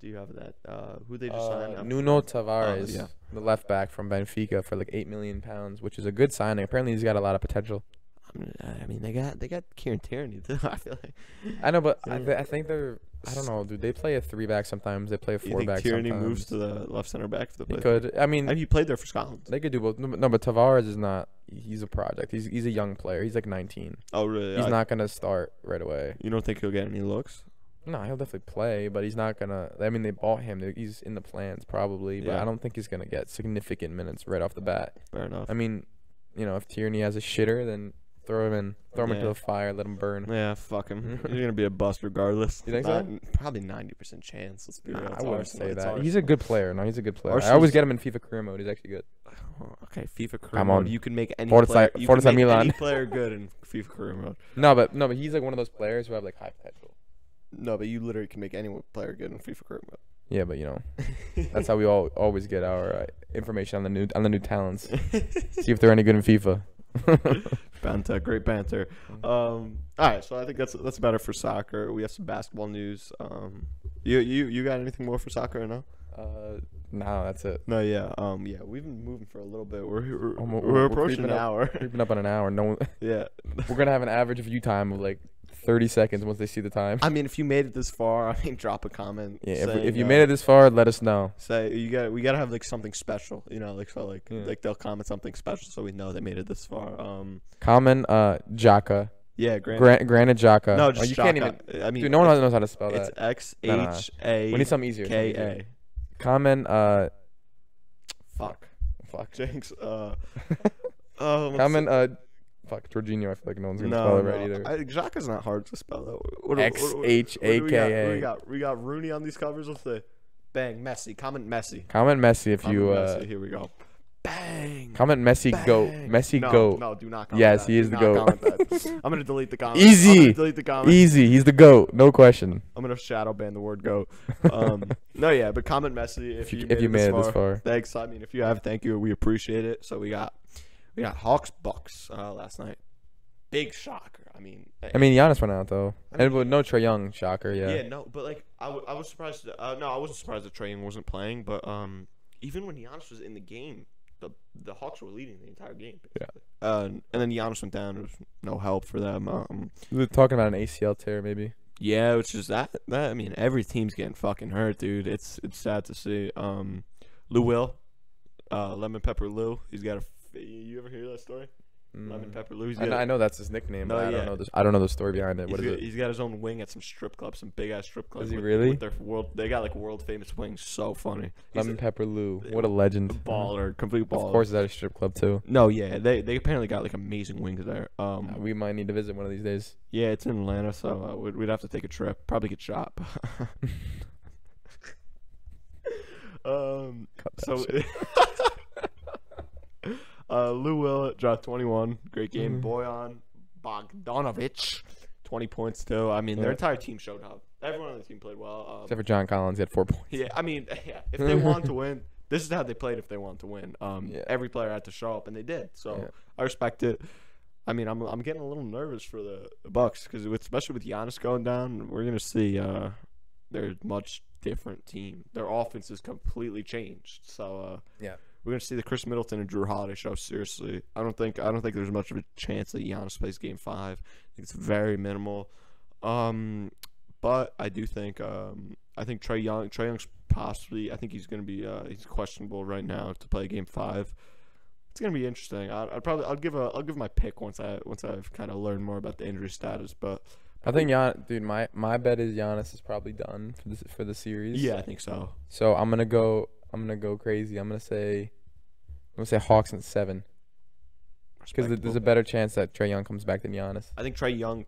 Do you have that? Uh, who they just signed?
Uh,
I'm-
Nuno Tavares,
yeah.
the left back from Benfica, for like eight million pounds, which is a good signing. Apparently, he's got a lot of potential.
I mean, they got they got Kieran Tierney. Too, I feel like.
I know, but I,
Yeah.
th- I think they're. I don't know, dude. They play a three back sometimes. They play a
You
four
think
back.
Tierney
sometimes.
moves to the left center back for the
He
play?
could. I mean,
I mean, he played there for Scotland.
they could do both. No, but- no, but Tavares is not. He's a project. He's he's a young player. He's like 19.
Oh, really?
He's
I-
not gonna start right away.
You don't think he'll get any looks?
No, he'll definitely play, but he's not gonna. I mean, they bought him. They- He's in the plans probably, but
Yeah.
I don't think he's gonna get significant minutes right off the bat.
Fair enough.
I mean, you know, if Tierney has a shitter, then throw him in, throw him into
Yeah.
the fire, let him burn.
yeah, fuck him. He's gonna be a bust regardless.
You think so?
Not- probably ninety percent chance. Let's be
Nah,
real.
I
It's
wouldn't
Arsenal,
say
it's
that.
Arsenal.
He's a good player. No, he's a good player. I
Arsenal's-
always get him in FIFA career mode. He's actually good.
Oh, okay, FIFA career
Come
mode.
on.
You can make any
Forza-
player, you can
Forza
make
Milan.
any player good in FIFA career mode.
No, but no, but he's like one of those players who have like high potential.
No, but you literally can make any player good in FIFA career mode.
Yeah, but you know, that's how we all always get our uh, information on the new on the new talents. See if they're any good in FIFA.
Banter, great banter. Um, all right, so I think that's that's about it for soccer. We have some basketball news. Um, you you you got anything more for soccer or no?
Uh, No, that's it.
No, yeah, um, yeah, we've been moving for a little bit. We're Oh, we're,
Almo-
we're
we're
approaching
creeping
an
up.
hour.
Creeping up on an hour. No, one,
yeah,
we're gonna have an average view time of like 30 seconds once they see the time.
I mean, if you made it this far, I mean, drop a comment.
Yeah, if, we-
saying,
if you
uh,
made it this far, let us know.
say you got to we got to have like something special, you know, like so like
Yeah.
like they'll comment something special so we know they made it this far. Um,
Comment, uh, Jaka,
yeah, Grant.
Gran- Granite Jaka.
No,
Oh,
just
you
Shaka.
can't even.
I mean,
Dude, no one knows how to spell
it's
that.
X
No, no, no.
H A
We need something easier. something
K
easier.
A.
Comment, uh,
Fuck,
fuck.
Jinx. Uh, oh, what's
Comment, uh, fuck, Jorginho. I feel like no one's
the-
gonna spell
No,
it right
no.
either.
I, Xhaka's not hard to spell though. What- what-
X
what- what-
H
what
A
do we got? What do We
K A.
got we got Rooney on these covers. What's the bang Messi? Comment Messi.
Comment Messi if
Comment
you, uh,
Messi. Here we go. Bang.
comment Messi go.
Bang.
Messi
no,
go.
No, do not comment.
Yes,
that.
he
Do
is the
not
goat.
comment that. I'm gonna delete the comment. I'm
Easy.
gonna delete the comment.
Easy. He's the GOAT. No question.
I'm gonna shadow ban the word goat. Um, no, yeah, but comment Messi if you made,
if you
it,
made
this
it this
far.
far.
Thanks. I mean, if you have, thank you. We appreciate it. So we got we got Hawks Bucks uh, last night. Big shocker. I mean,
I mean, Giannis went out though,
I
and with no Trey Young, shocker. Yeah.
yeah, no, but like I, w- I was surprised. That, uh, no, I wasn't surprised that Trae Young wasn't playing, but um, even when Giannis was in the game, the the Hawks were leading the entire game.
Yeah.
Basically. Uh, and then Giannis went down. There was no help for them. Um,
We were talking about an ACL tear, maybe.
yeah, it's just that that I mean, every team's getting fucking hurt, dude. It's it's sad to see. Um, Lou Will, uh, Lemon Pepper Lou. He's got a. f- You ever hear that story? Lemon
Mm.
Pepper Lou. He's
I,
got
know,
a-
I know that's his nickname,
No,
but I
yeah.
don't know. This, I don't know the story behind it. What
he's
is
got-
it?
He's got his own wing at some strip club, some big ass strip club.
Is he
with-
really?
With their world, they got like world famous wings. So funny. He's
Lemon
a
Pepper Lou. What a legend.
baller, complete baller.
Of course, it's at a strip club too.
No, yeah, they they apparently got like amazing wings there. Um,
Uh, We might need to visit one of these days.
yeah, it's in Atlanta, so uh, we'd, we'd have to take a trip. Probably get shot. um,
Cut that
so.
shit.
uh, Lou Will dropped 21. Great game.
Mhm.
Boyan Bogdanovich, 20 points too. I mean, their
Yeah.
entire team showed up. Everyone on the team played well. Um,
except for John Collins, he had four points.
Yeah, I mean, yeah, if they want to win, this is how they played. If they want to win, um,
Yeah.
every player had to show up, and they did. So
Yeah.
I respect it. I mean, I'm I'm getting a little nervous for the Bucks because especially with Giannis going down, we're gonna see uh, they're a much different team. Their offense is completely changed. So uh,
Yeah.
we're gonna see the Chris Middleton and Drew Holiday show. Seriously, I don't think I don't think there's much of a chance that Giannis plays Game Five. I think it's very minimal. Um, but I do think um, I think Trey Young Trey Young's possibly I think he's gonna be uh, he's questionable right now to play Game Five. It's gonna be interesting. I, I'd probably I'll give a I'll give my pick once I once I've kind of learned more about the injury status. But
I think Gian, dude, my my bet is Giannis is probably done for this for the series.
yeah, I think so.
So I'm gonna go. I'm gonna go crazy. I'm gonna say. I'm gonna say Hawks in seven because
Respectable.
there's a better chance that Trey Young comes back than Giannis.
I think Trey Young.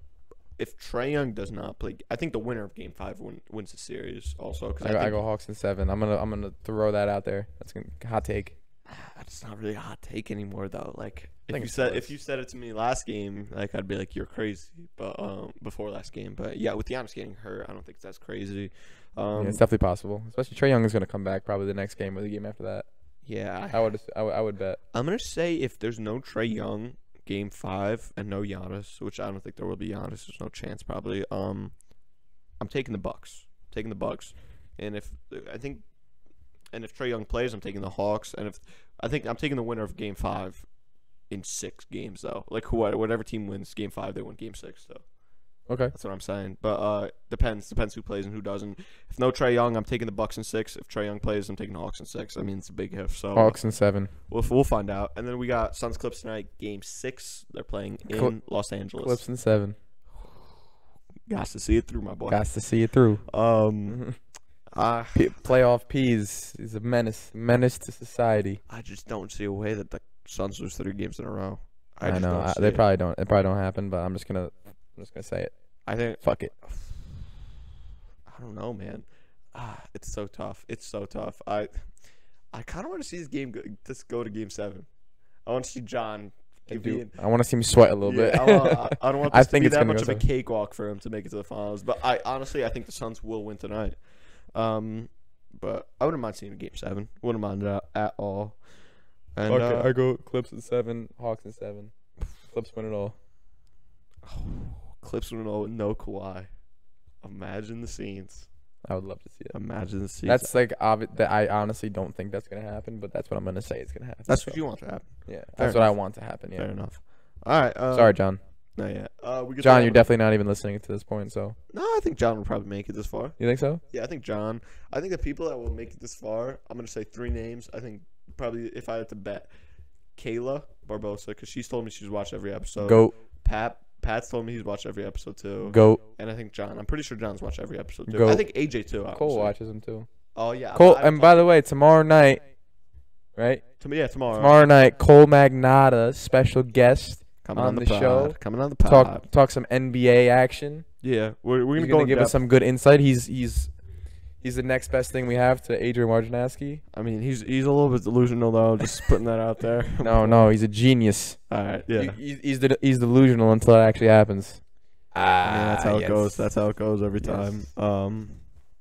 If Trey Young does not play, I think the winner of Game Five win, wins the series. Also, because
I,
I,
go, I
think-
go Hawks in seven. I'm gonna I'm gonna throw that out there. That's gonna hot take.
Ah, It's not really a hot take anymore though. Like if
think
you
it
said
was.
if you said it to me last game, like I'd be like you're crazy. But um, before last game, but yeah, with Giannis getting hurt, I don't think that's crazy.
Yeah,
Um, yeah,
it's definitely possible. Especially Trey Young is gonna come back probably the next game or the game after that. I
I,
would I would, I would bet.
I'm gonna say if there's no Trey Young game five and no Giannis, which I don't think there will be Giannis, there's no chance probably. Um, I'm taking the Bucks, taking the Bucks, and if I think, and if Trey Young plays, I'm taking the Hawks, and if I think I'm taking the winner of Game Five in six games though. Like who, whatever team wins Game Five, they win Game Six though.
Okay.
That's what I'm saying. But uh, depends depends who plays and who doesn't. If no Trey Young, I'm taking the Bucks in six. If Trey Young plays, I'm taking the Hawks in six. I mean it's a big if. So
Hawks in seven.
We'll, we'll find out. And then we got Suns Clips tonight, game six. They're playing in
Cl-
Los Angeles.
Clips in seven.
Got to see it through, my boy.
Got to see it through.
Um, I,
P- playoff P's is a menace, menace to society.
I just don't see a way that the Suns lose three games in a row.
I,
just
know
don't
I,
see
they
it.
probably don't. It probably don't happen, but I'm just gonna, I'm just gonna say it.
I think.
Fuck it.
I don't know, man. Ah, it's so tough. It's so tough. I, I kind of want to see this game go, this go to game seven. I want to see John.
I,
be in-
want to see him sweat a little
Yeah,
bit.
I, wa- I- I don't want
I
this
think
to be
it's
that
gonna
much
go
of a
so.
cakewalk for him to make it to the finals. But I honestly, I think the Suns will win tonight. Um, but I wouldn't mind seeing a game seven. Wouldn't mind that at all. And
okay,
uh,
I go Clips in seven, Hawks in seven. Clips win it all.
Clips with no, no Kawhi. Imagine the scenes.
I would love to see that.
Imagine the season.
That's like obvi- that I honestly don't think that's gonna happen, but that's what I'm gonna say is gonna happen.
that's
so,
what you want to happen.
Yeah,
Fair
that's what I
enough.
want to happen. Yeah.
Fair enough. All right. Uh,
Sorry, John.
No, yeah. Uh, we get
John,
that
you're
one.
definitely not even listening to this point. So
No, I think John will probably make it this far.
you think so?
Yeah, I think John. I think the people that will make it this far, I'm gonna say three names. I think probably if I had to bet, Kayla Barbosa, because she's told me she's watched every episode.
Goat,
Pat. Pat's told me he's watched every episode too.
goat.
And I think John. I'm pretty sure John's watched every episode too.
Go.
I think AJ too. Obviously.
Cole watches him too.
Oh yeah.
Cole,
I- I-
and by the way, tomorrow night, right?
tom- yeah, tomorrow.
Tomorrow night, Cole Magnata, special guest,
coming
on
on, the,
the show.
show. Coming on the pod.
talk talk some NBA action.
Yeah, we're, we're
He's
gonna
gonna
go
give us
some.
some good insight. He's he's he's the next best thing we have to Adrian Wojnarowski.
I mean, he's he's a little bit delusional though. Just putting that out there.
No, no, he's a genius.
All right. Yeah.
He- he's, he's, de- he's delusional until it actually happens. Ah,
I mean, that's how it goes. That's how it goes every
Yes. Mm-hmm.
time. Um,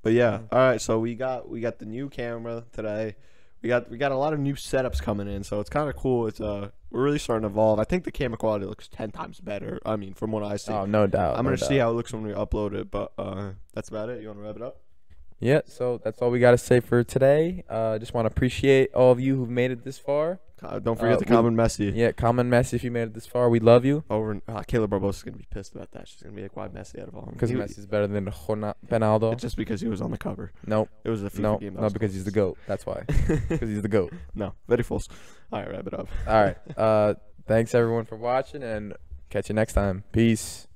but yeah. All right. So we got we got the new camera today. We got we got a lot of new setups coming in, so it's kind of cool. It's uh we're really starting to evolve. I think the camera quality looks ten times better. I mean, from what I see,
Oh, no doubt.
I'm
no
gonna
doubt.
see how it looks when we upload it. But uh, that's about it. You want to wrap it up?
Yeah, so that's all we got to say for today. Uh, just want to appreciate all of you who've made it this far.
Co- Don't
Uh,
forget the
we-
common Messi.
Yeah, comment message if you made it this far. We love you
Over and, uh, Kayla Barbosa's gonna be pissed about that. She's gonna be like, "Why Messi out of all?" of them?"
because
He-
Messi's better than Jorna- Ronaldo.
just because he was on the cover.
Nope,
It was a FIFA
nope,
game.
no, because he's the goat. That's why, because he's the goat.
no, very false. All right, wrap it up.
All right. Uh, thanks everyone for watching, and catch you next time. Peace.